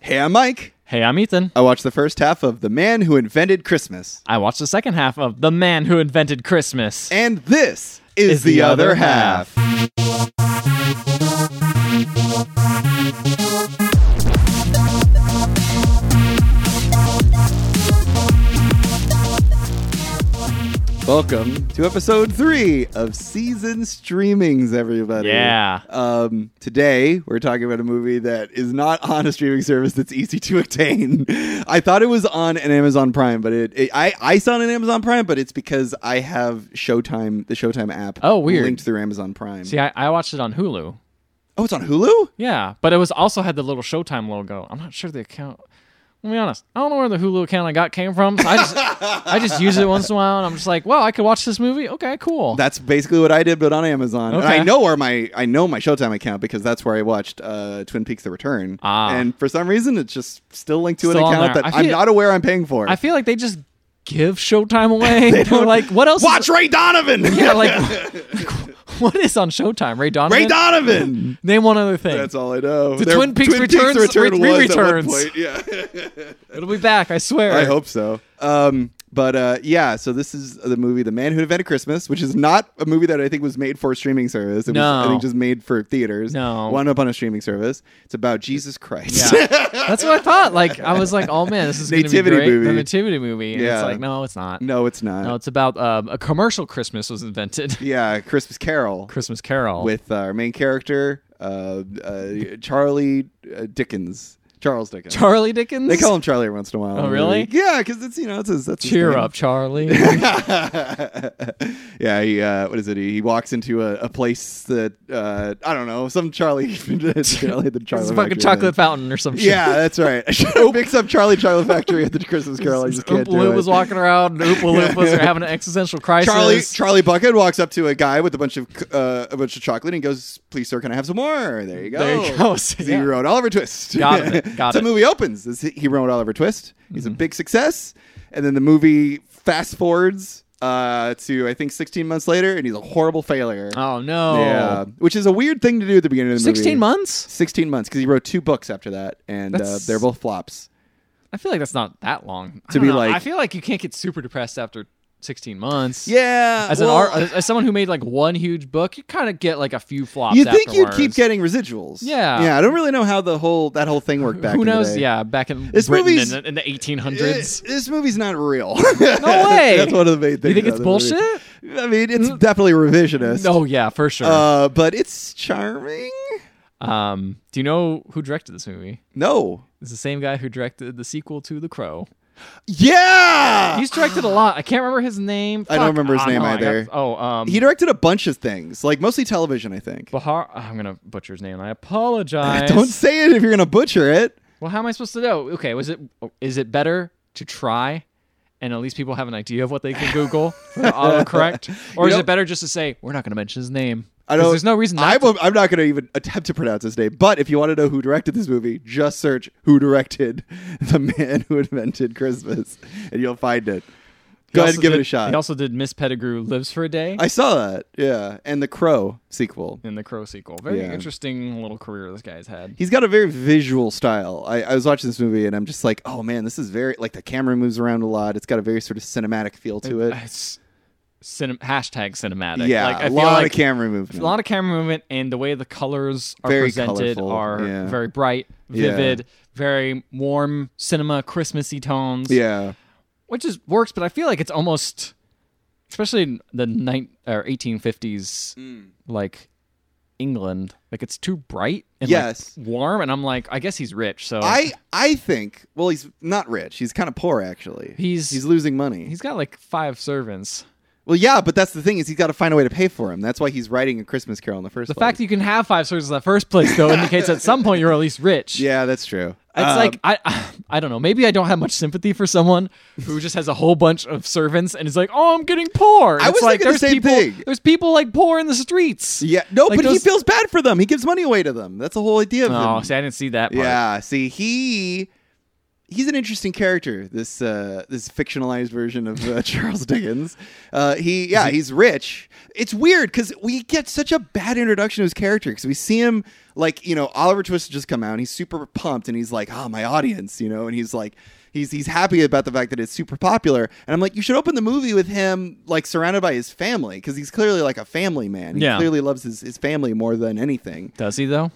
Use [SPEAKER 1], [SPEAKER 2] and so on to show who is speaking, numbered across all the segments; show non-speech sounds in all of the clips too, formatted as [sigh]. [SPEAKER 1] Hey, I'm Mike.
[SPEAKER 2] Hey, I'm Ethan.
[SPEAKER 1] I watched the first half of The Man Who Invented Christmas.
[SPEAKER 2] I watched the second half of The Man Who Invented Christmas.
[SPEAKER 1] And this is, the, other, half. Welcome to episode three of season streamings, everybody.
[SPEAKER 2] Yeah.
[SPEAKER 1] Um, today we're talking about a movie that is not on a streaming service that's easy to obtain. [laughs] I thought it was on an Amazon Prime, but it, it I I saw it on Amazon Prime, but it's because I have Showtime, the Showtime app.
[SPEAKER 2] Oh, weird.
[SPEAKER 1] Linked through Amazon Prime.
[SPEAKER 2] See, I, I watched it on Hulu.
[SPEAKER 1] oh, it's on Hulu.
[SPEAKER 2] Yeah, but it was also had the little Showtime logo. I'm not sure the account. Let me be honest. I don't know where the Hulu account I got came from. So
[SPEAKER 1] [laughs]
[SPEAKER 2] I just I just use it once in a while, and I'm just like, wow, I could watch this movie. Okay, cool.
[SPEAKER 1] That's basically what I did, but on Amazon. And
[SPEAKER 2] Okay.
[SPEAKER 1] I know where my I know my Showtime account because that's where I watched uh, Twin Peaks: The Return.
[SPEAKER 2] Ah.
[SPEAKER 1] And for some reason, it's just still linked to
[SPEAKER 2] Still on
[SPEAKER 1] an account
[SPEAKER 2] there.
[SPEAKER 1] that
[SPEAKER 2] I
[SPEAKER 1] I'm
[SPEAKER 2] feel-
[SPEAKER 1] not aware I'm paying for.
[SPEAKER 2] I feel like they just give
[SPEAKER 1] [laughs]
[SPEAKER 2] Showtime away. They're like, what else? is-
[SPEAKER 1] Watch Ray Donovan.
[SPEAKER 2] [laughs] yeah, like, like, [laughs] what is on Showtime? Ray Donovan.
[SPEAKER 1] [laughs] Ray
[SPEAKER 2] [laughs]
[SPEAKER 1] Donovan.
[SPEAKER 2] Name one other thing.
[SPEAKER 1] That's all I know.
[SPEAKER 2] The
[SPEAKER 1] Their
[SPEAKER 2] Twin Peaks returns-
[SPEAKER 1] return
[SPEAKER 2] re-
[SPEAKER 1] was at one
[SPEAKER 2] re-returns.
[SPEAKER 1] point,
[SPEAKER 2] [laughs]
[SPEAKER 1] Yeah,
[SPEAKER 2] It'll be back. I swear.
[SPEAKER 1] I hope so. Um, but uh, yeah, so this is the movie "The Man Who Invented Christmas," which is not a movie that I think was made for a streaming service. It was, I
[SPEAKER 2] No.
[SPEAKER 1] think, just made for theaters.
[SPEAKER 2] No.
[SPEAKER 1] wound up on a streaming service. It's about Jesus Christ.
[SPEAKER 2] Yeah. That's what I thought. Like I was like, oh man, this is
[SPEAKER 1] Nativity
[SPEAKER 2] gonna be great.
[SPEAKER 1] movie.
[SPEAKER 2] The nativity movie. And
[SPEAKER 1] Yeah.
[SPEAKER 2] it's like, no, it's not.
[SPEAKER 1] [laughs] no, it's not.
[SPEAKER 2] No, it's about um, a commercial Christmas was invented.
[SPEAKER 1] yeah, Christmas Carol
[SPEAKER 2] Christmas Carol.
[SPEAKER 1] with uh, our main character, uh, uh, Charlie uh, Dickens, Charles Dickens.
[SPEAKER 2] Charlie Dickens.
[SPEAKER 1] they call him Charlie every once in a while. in the
[SPEAKER 2] Oh, really?
[SPEAKER 1] movie. Yeah, because it's you know it's a, that's his
[SPEAKER 2] Cheer
[SPEAKER 1] name.
[SPEAKER 2] up, Charlie.
[SPEAKER 1] [laughs] yeah, he, uh, what is it? He, he walks into a, a place that uh, I don't know, some Charlie, [laughs] Charlie the Charlie
[SPEAKER 2] it's a
[SPEAKER 1] Factory
[SPEAKER 2] fucking chocolate
[SPEAKER 1] thing.
[SPEAKER 2] fountain or some shit.
[SPEAKER 1] Yeah, that's right. [laughs] I should mix up Charlie Chocolate Factory at the Christmas Carol. I just can't
[SPEAKER 2] Oompa
[SPEAKER 1] do it.
[SPEAKER 2] Loopas walking around. and Oompa Loompas are having an existential crisis.
[SPEAKER 1] Charlie Charlie Bucket walks up to a guy with a bunch of uh, a bunch of chocolate and goes, "Please, sir, can I have some more?" There you go.
[SPEAKER 2] There you go. [laughs] So,
[SPEAKER 1] He
[SPEAKER 2] yeah.
[SPEAKER 1] wrote Oliver Twist. [laughs]
[SPEAKER 2] Got it. Got
[SPEAKER 1] so
[SPEAKER 2] it. Mm-hmm.
[SPEAKER 1] The movie opens. This- He wrote Oliver Twist. He's a big success, and then the movie fast forwards uh, to I think 16 months later, and he's a horrible failure.
[SPEAKER 2] Oh no.
[SPEAKER 1] Yeah, which is a weird thing to do at the beginning of the movie.
[SPEAKER 2] Sixteen months.
[SPEAKER 1] 16 months, because he wrote two books after that, and uh,
[SPEAKER 2] That's-
[SPEAKER 1] they're both flops.
[SPEAKER 2] I feel like that's not that long. I
[SPEAKER 1] To
[SPEAKER 2] don't
[SPEAKER 1] be
[SPEAKER 2] know.
[SPEAKER 1] like-
[SPEAKER 2] I feel like you can't get super depressed after sixteen months.
[SPEAKER 1] Yeah,
[SPEAKER 2] As
[SPEAKER 1] Uh, well,
[SPEAKER 2] an art, as, as someone who made like one huge book, you kind of get like a few flops.
[SPEAKER 1] you think you'd keep
[SPEAKER 2] afterwards.
[SPEAKER 1] getting residuals.
[SPEAKER 2] Yeah.
[SPEAKER 1] yeah. I don't really know how the whole that whole thing worked back.
[SPEAKER 2] Who
[SPEAKER 1] in the
[SPEAKER 2] knows?
[SPEAKER 1] day.
[SPEAKER 2] Yeah, back in
[SPEAKER 1] This
[SPEAKER 2] Britain
[SPEAKER 1] movie's-
[SPEAKER 2] in, the- in the eighteen
[SPEAKER 1] It-
[SPEAKER 2] hundreds.
[SPEAKER 1] this movie's not real.
[SPEAKER 2] No way.
[SPEAKER 1] [laughs] That's one of the main things.
[SPEAKER 2] You think it's
[SPEAKER 1] about the movie.
[SPEAKER 2] bullshit?
[SPEAKER 1] I mean, it's definitely revisionist.
[SPEAKER 2] No, Oh, yeah, for sure.
[SPEAKER 1] uh, but it's charming. Uh,
[SPEAKER 2] um, do you know who directed this movie?
[SPEAKER 1] No.
[SPEAKER 2] It's the same guy who directed the sequel to The Crow.
[SPEAKER 1] Yeah,
[SPEAKER 2] He's directed a lot. I can't remember his name.
[SPEAKER 1] Uh, I don't
[SPEAKER 2] Fuck.
[SPEAKER 1] remember his
[SPEAKER 2] Ah,
[SPEAKER 1] name
[SPEAKER 2] no, I
[SPEAKER 1] either.
[SPEAKER 2] got- oh, um,
[SPEAKER 1] he directed a bunch of things, like mostly television, I think.
[SPEAKER 2] Bahar. I'm gonna butcher
[SPEAKER 1] [laughs]
[SPEAKER 2] his name. I apologize.
[SPEAKER 1] Don't say it if you're gonna butcher it.
[SPEAKER 2] Well, how am I supposed to know? Okay, was it is it better to try and at least people have an idea of what they
[SPEAKER 1] [laughs]
[SPEAKER 2] can Google for the autocorrect, or
[SPEAKER 1] You
[SPEAKER 2] is
[SPEAKER 1] know-
[SPEAKER 2] it better just to say we're not going to mention his name?
[SPEAKER 1] I
[SPEAKER 2] 'Cause
[SPEAKER 1] don't.
[SPEAKER 2] There's no reason. Not
[SPEAKER 1] I'm,
[SPEAKER 2] to.
[SPEAKER 1] I'm not going to even attempt to pronounce his name. But if you want to know who directed this movie, just search "Who directed [laughs] the Man Who Invented Christmas," and you'll find it. Go ahead and give it a shot.
[SPEAKER 2] He also did Miss Pettigrew Lives for a Day
[SPEAKER 1] I saw that. Yeah, and the Crow sequel.
[SPEAKER 2] in the Crow sequel. Very
[SPEAKER 1] Yeah.
[SPEAKER 2] interesting little career this guy's had.
[SPEAKER 1] He's got a very visual style. I, I was watching this movie and I'm just like, oh man, this is very like the camera moves around a lot. It's got a very sort of cinematic feel to it.
[SPEAKER 2] It's Uh, cinem- hashtag cinematic.
[SPEAKER 1] Yeah,
[SPEAKER 2] like, I
[SPEAKER 1] a
[SPEAKER 2] feel
[SPEAKER 1] lot
[SPEAKER 2] like
[SPEAKER 1] of camera movement.
[SPEAKER 2] a lot of camera movement and the way the colors are
[SPEAKER 1] Very
[SPEAKER 2] presented
[SPEAKER 1] colorful,
[SPEAKER 2] are
[SPEAKER 1] yeah.
[SPEAKER 2] very bright,
[SPEAKER 1] Yeah.
[SPEAKER 2] vivid, very warm cinema, Christmassy tones.
[SPEAKER 1] yeah,
[SPEAKER 2] which is works, but I feel like it's almost, especially in the nine or eighteen fifties,
[SPEAKER 1] Mm.
[SPEAKER 2] like England, like it's too bright and like,
[SPEAKER 1] Yes.
[SPEAKER 2] warm, and I'm like, I guess he's rich, so
[SPEAKER 1] I I think. Well, he's not rich. He's kind of poor actually.
[SPEAKER 2] He's-
[SPEAKER 1] he's losing money.
[SPEAKER 2] he's got like five servants.
[SPEAKER 1] Well, yeah, but that's the thing is he's got to find a way to pay for him. That's why he's writing a Christmas Carol in the first.
[SPEAKER 2] The fact that you can have five servants in the first place though indicates at some point you're at least rich.
[SPEAKER 1] yeah, that's true. Um,
[SPEAKER 2] It's like I, I don't know. Maybe I don't have much sympathy for someone who just has a whole bunch of servants and is like, "Oh, I'm getting poor."
[SPEAKER 1] I
[SPEAKER 2] It's
[SPEAKER 1] was
[SPEAKER 2] like
[SPEAKER 1] thinking the
[SPEAKER 2] there's
[SPEAKER 1] same
[SPEAKER 2] people,
[SPEAKER 1] thing.
[SPEAKER 2] there's people like poor in the streets.
[SPEAKER 1] yeah, no,
[SPEAKER 2] like
[SPEAKER 1] but he
[SPEAKER 2] those-
[SPEAKER 1] feels bad for them. He gives money away to them. That's the whole idea of
[SPEAKER 2] Oh,
[SPEAKER 1] him.
[SPEAKER 2] see, I didn't see that. Part.
[SPEAKER 1] yeah, see, he he's an interesting character. This uh, this fictionalized version of uh, [laughs] Charles Dickens. Uh, he yeah, he's rich. It's weird because we get such a bad introduction to his character because we see him like you know Oliver Twist has just come out and he's super pumped and he's like ah my audience you know and he's like. He's, he's happy about the fact that it's super popular and i'm like you should open the movie with him like surrounded by his family because he's clearly like a family man he
[SPEAKER 2] Yeah.
[SPEAKER 1] clearly loves his, his family more than anything
[SPEAKER 2] Does he though?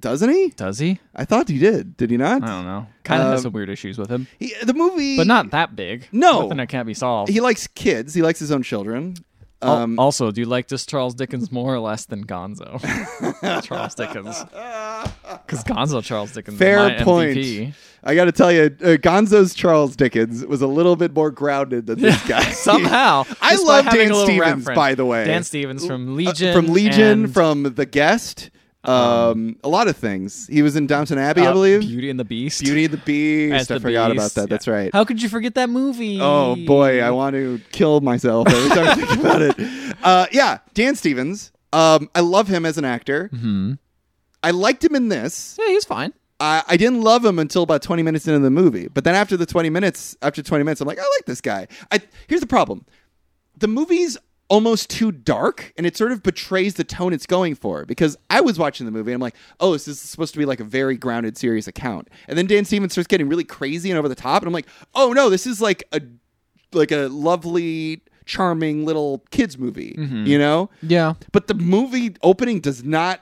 [SPEAKER 1] doesn't he
[SPEAKER 2] Does he?
[SPEAKER 1] i thought he did did he not
[SPEAKER 2] I don't know. Kind of
[SPEAKER 1] Um,
[SPEAKER 2] has some weird issues with him,
[SPEAKER 1] He, the movie
[SPEAKER 2] but not that big.
[SPEAKER 1] No.
[SPEAKER 2] nothing that can't be solved.
[SPEAKER 1] he likes kids. He likes his own children.
[SPEAKER 2] Al-
[SPEAKER 1] Um,
[SPEAKER 2] also, do you like this Charles Dickens more or less than
[SPEAKER 1] [laughs]
[SPEAKER 2] Gonzo? Charles Dickens, because Gonzo Charles Dickens. is my
[SPEAKER 1] fair point.
[SPEAKER 2] MVP.
[SPEAKER 1] I got to tell you, uh, Gonzo's Charles Dickens was a little bit more grounded than this guy.
[SPEAKER 2] [laughs] Somehow,
[SPEAKER 1] [laughs] I
[SPEAKER 2] despite
[SPEAKER 1] love
[SPEAKER 2] having a
[SPEAKER 1] Dan
[SPEAKER 2] little
[SPEAKER 1] Stevens,
[SPEAKER 2] reference.
[SPEAKER 1] by the way.
[SPEAKER 2] Dan Stevens from
[SPEAKER 1] Uh,
[SPEAKER 2] Legion,
[SPEAKER 1] from Legion,
[SPEAKER 2] and, uh-huh.
[SPEAKER 1] from The Guest, um, a lot of things. He was in Downton Abbey, I
[SPEAKER 2] uh,
[SPEAKER 1] believe.
[SPEAKER 2] Beauty and the Beast.
[SPEAKER 1] Beauty and the Beast.
[SPEAKER 2] as
[SPEAKER 1] I
[SPEAKER 2] the
[SPEAKER 1] forgot about
[SPEAKER 2] Beast.
[SPEAKER 1] that. That's
[SPEAKER 2] Yeah.
[SPEAKER 1] right.
[SPEAKER 2] How could you forget that movie?
[SPEAKER 1] Oh boy, I want to kill myself every time I think about it. Uh, yeah, Dan Stevens. Um, I love him as an actor.
[SPEAKER 2] Hmm.
[SPEAKER 1] I liked him in this.
[SPEAKER 2] Yeah, he's fine.
[SPEAKER 1] I, I didn't love him until about 20 minutes into the movie. But then after the 20 minutes, after 20 minutes, I'm like, I like this guy. I here's the problem. The movie's almost too dark and it sort of betrays the tone it's going for because I was watching the movie and I'm like, oh, this is supposed to be like a very grounded, serious account. And then Dan Stevens starts getting really crazy and over the top, and I'm like, oh no, this is like a like a lovely, charming little kids movie.
[SPEAKER 2] Mm-hmm.
[SPEAKER 1] You know?
[SPEAKER 2] Yeah,
[SPEAKER 1] But the movie opening does not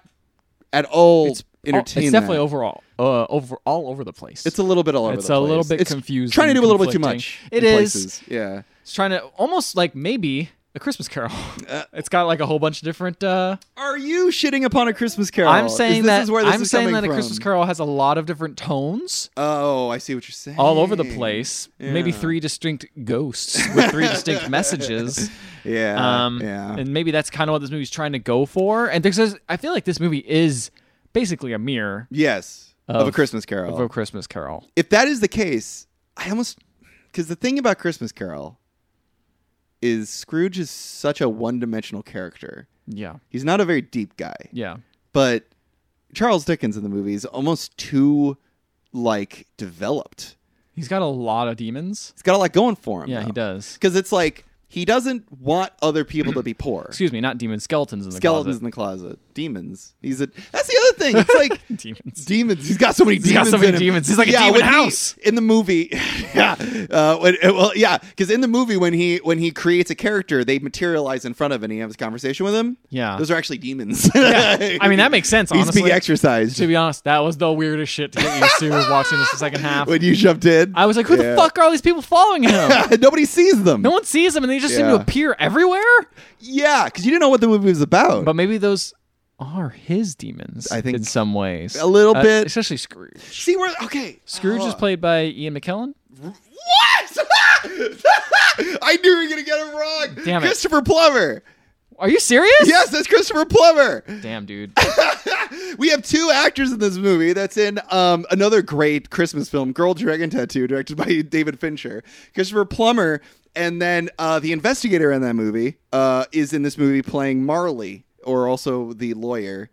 [SPEAKER 1] at all entertain.
[SPEAKER 2] It's definitely
[SPEAKER 1] that.
[SPEAKER 2] overall, uh, over all over the place.
[SPEAKER 1] It's a little bit all over
[SPEAKER 2] It's
[SPEAKER 1] the
[SPEAKER 2] a
[SPEAKER 1] place.
[SPEAKER 2] little bit
[SPEAKER 1] It's
[SPEAKER 2] confused
[SPEAKER 1] Trying to
[SPEAKER 2] and
[SPEAKER 1] do a little bit too much. in
[SPEAKER 2] conflicting. It is.
[SPEAKER 1] places. Yeah.
[SPEAKER 2] It's trying to almost like maybe a
[SPEAKER 1] [laughs]
[SPEAKER 2] Christmas Carol.
[SPEAKER 1] Uh,
[SPEAKER 2] it's got like a whole bunch of different. Uh,
[SPEAKER 1] Are you shitting upon a Christmas Carol?
[SPEAKER 2] I'm saying
[SPEAKER 1] oh, is, this
[SPEAKER 2] that
[SPEAKER 1] Is where this
[SPEAKER 2] I'm
[SPEAKER 1] is
[SPEAKER 2] saying
[SPEAKER 1] coming
[SPEAKER 2] that a
[SPEAKER 1] from.
[SPEAKER 2] Christmas Carol has a lot of different tones
[SPEAKER 1] Oh, I see what you're saying.
[SPEAKER 2] all over the place. Maybe
[SPEAKER 1] Yeah.
[SPEAKER 2] three distinct ghosts with
[SPEAKER 1] [laughs]
[SPEAKER 2] three distinct messages.
[SPEAKER 1] Yeah.
[SPEAKER 2] Um,
[SPEAKER 1] Uh, yeah.
[SPEAKER 2] And maybe that's kind of what this movie's trying to go for. And because I feel like this movie is basically a mirror
[SPEAKER 1] yes. Of, a
[SPEAKER 2] of-
[SPEAKER 1] Christmas Carol.
[SPEAKER 2] of a Christmas Carol.
[SPEAKER 1] if that is the case, I almost because the thing about Christmas Carol is Scrooge is such a one-dimensional character.
[SPEAKER 2] Yeah,
[SPEAKER 1] He's not a very deep guy.
[SPEAKER 2] yeah.
[SPEAKER 1] but Charles Dickens in the movie is almost too like developed.
[SPEAKER 2] He's got a lot of demons.
[SPEAKER 1] He's got a lot going for him.
[SPEAKER 2] Yeah, he does.
[SPEAKER 1] Because it's like he doesn't want other people [clears throat] to be poor.
[SPEAKER 2] Excuse me, not demons, skeletons in the
[SPEAKER 1] Skeletons in the closet, demons. He's a. That's the other thing. It's like
[SPEAKER 2] closet. [laughs] Demons.
[SPEAKER 1] [laughs] demons. He's got so many
[SPEAKER 2] got
[SPEAKER 1] demons.
[SPEAKER 2] so many
[SPEAKER 1] in him.
[SPEAKER 2] demons. He's like a demon
[SPEAKER 1] when he-
[SPEAKER 2] house.
[SPEAKER 1] in the movie. [laughs] yeah. Uh, when, uh, well, yeah. Because in the movie, when he when he creates a character, they materialize in front of him, and he has a conversation with him.
[SPEAKER 2] Yeah.
[SPEAKER 1] Those are actually
[SPEAKER 2] [laughs]
[SPEAKER 1] demons.
[SPEAKER 2] I
[SPEAKER 1] [laughs]
[SPEAKER 2] mean, that makes sense,
[SPEAKER 1] He's
[SPEAKER 2] honestly.
[SPEAKER 1] being exercised.
[SPEAKER 2] To be honest, that was the weirdest shit to get
[SPEAKER 1] [laughs]
[SPEAKER 2] used to watching this the second half.
[SPEAKER 1] when you jumped in.
[SPEAKER 2] I was like, who
[SPEAKER 1] Yeah.
[SPEAKER 2] the fuck are all these people following him?
[SPEAKER 1] [laughs] Nobody sees them.
[SPEAKER 2] no one sees him and they just seem
[SPEAKER 1] Yeah.
[SPEAKER 2] to appear everywhere.
[SPEAKER 1] yeah, because you didn't know what the movie was about.
[SPEAKER 2] But maybe those are his demons
[SPEAKER 1] I think
[SPEAKER 2] in some ways.
[SPEAKER 1] a little
[SPEAKER 2] Uh,
[SPEAKER 1] bit-
[SPEAKER 2] Especially Scrooge.
[SPEAKER 1] See where? Okay,
[SPEAKER 2] Scrooge is
[SPEAKER 1] Oh.
[SPEAKER 2] played by Ian McKellen.
[SPEAKER 1] What? [laughs] I knew you were gonna get it wrong.
[SPEAKER 2] Damn it.
[SPEAKER 1] Christopher Plummer.
[SPEAKER 2] Are you serious?
[SPEAKER 1] Yes, that's Christopher Plummer.
[SPEAKER 2] Damn,
[SPEAKER 1] [laughs]
[SPEAKER 2] dude.
[SPEAKER 1] We have two actors in this movie. That's in um, another great Christmas film, Girl Dragon Tattoo, directed by [laughs] David Fincher. Christopher Plummer, and then uh, the investigator in that movie uh, is in this movie playing Marley, or also the lawyer.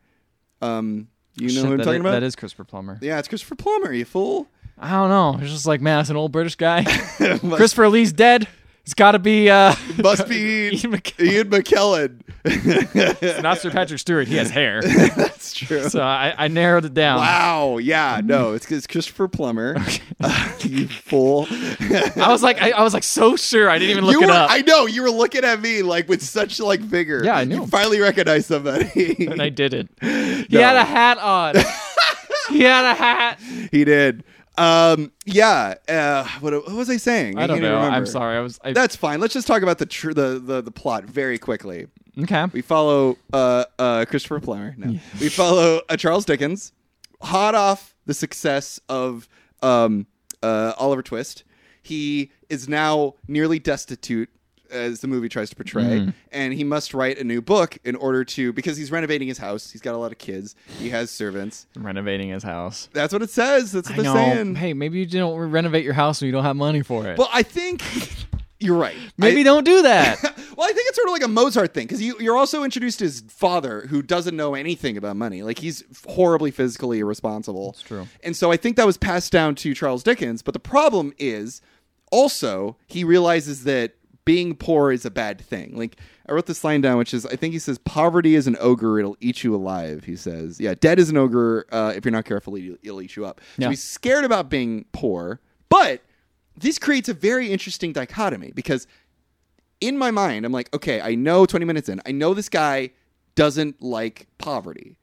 [SPEAKER 1] Um, you know
[SPEAKER 2] Shit,
[SPEAKER 1] who I'm
[SPEAKER 2] that
[SPEAKER 1] talking
[SPEAKER 2] is-
[SPEAKER 1] about?
[SPEAKER 2] That is Christopher Plummer.
[SPEAKER 1] Yeah, it's Christopher Plummer, you
[SPEAKER 2] [laughs]
[SPEAKER 1] fool. [laughs]
[SPEAKER 2] I don't know. It's just like, man, it's an old British guy. Christopher Lee's dead. It's got to
[SPEAKER 1] [laughs]
[SPEAKER 2] be uh,
[SPEAKER 1] Must be
[SPEAKER 2] Ian McKellen.
[SPEAKER 1] Ian
[SPEAKER 2] [laughs]
[SPEAKER 1] McKellen.
[SPEAKER 2] Not Sir Patrick Stewart. He
[SPEAKER 1] [laughs]
[SPEAKER 2] has hair.
[SPEAKER 1] That's true.
[SPEAKER 2] so I, I narrowed it down.
[SPEAKER 1] Wow.
[SPEAKER 2] [laughs]
[SPEAKER 1] Yeah. No, it's, it's Christopher Plummer. [laughs] uh, you fool.
[SPEAKER 2] I was like, I, I was like so sure. I didn't even look
[SPEAKER 1] you
[SPEAKER 2] it
[SPEAKER 1] were,
[SPEAKER 2] up.
[SPEAKER 1] I know you were looking at me like with such like vigor.
[SPEAKER 2] Yeah, I
[SPEAKER 1] know.
[SPEAKER 2] knew.
[SPEAKER 1] You finally recognized
[SPEAKER 2] [laughs]
[SPEAKER 1] somebody.
[SPEAKER 2] and I [laughs] didn't. He had a hat on. he had a [laughs] hat.
[SPEAKER 1] he did. Um. Yeah. Uh. What, what was I saying?
[SPEAKER 2] I don't
[SPEAKER 1] can't even
[SPEAKER 2] know. I'm
[SPEAKER 1] remember.
[SPEAKER 2] sorry. I was. I,
[SPEAKER 1] That's fine. Let's just talk about the, tr- the the the plot very quickly.
[SPEAKER 2] okay.
[SPEAKER 1] We follow uh, uh, Christopher Plummer. No, we follow uh, Charles Dickens, hot off the success of um, uh, Oliver Twist. He is now nearly destitute, as the movie tries to portray,
[SPEAKER 2] Mm-hmm.
[SPEAKER 1] and he must write a new book in order to because he's renovating his house. He's got a lot of kids. He has servants.
[SPEAKER 2] Renovating his house.
[SPEAKER 1] That's what it says. That's what
[SPEAKER 2] I
[SPEAKER 1] they're
[SPEAKER 2] know.
[SPEAKER 1] saying.
[SPEAKER 2] [laughs] Hey, maybe you don't renovate your house when you don't have money for it.
[SPEAKER 1] Well, I think You're right.
[SPEAKER 2] Maybe
[SPEAKER 1] I-
[SPEAKER 2] don't do [laughs] that.
[SPEAKER 1] [laughs] well, I think it's sort of like a Mozart thing because you, you're also introduced to his father, who doesn't know anything about money. Like he's horribly physically irresponsible. That's
[SPEAKER 2] true.
[SPEAKER 1] And so I think that was passed down to Charles Dickens. But the problem is, also he realizes that being poor is a bad thing. Like I wrote this line down, which is I think he says, "Poverty is an ogre; it'll eat you alive." He says, "Yeah, debt is an ogre. Uh, if you're not careful, it'll it'll eat you up."
[SPEAKER 2] Yeah.
[SPEAKER 1] So he's scared about being poor, but this creates a very interesting dichotomy because in my mind, I'm like, okay, I know 20 minutes in, I know this guy doesn't like
[SPEAKER 2] [laughs]
[SPEAKER 1] poverty,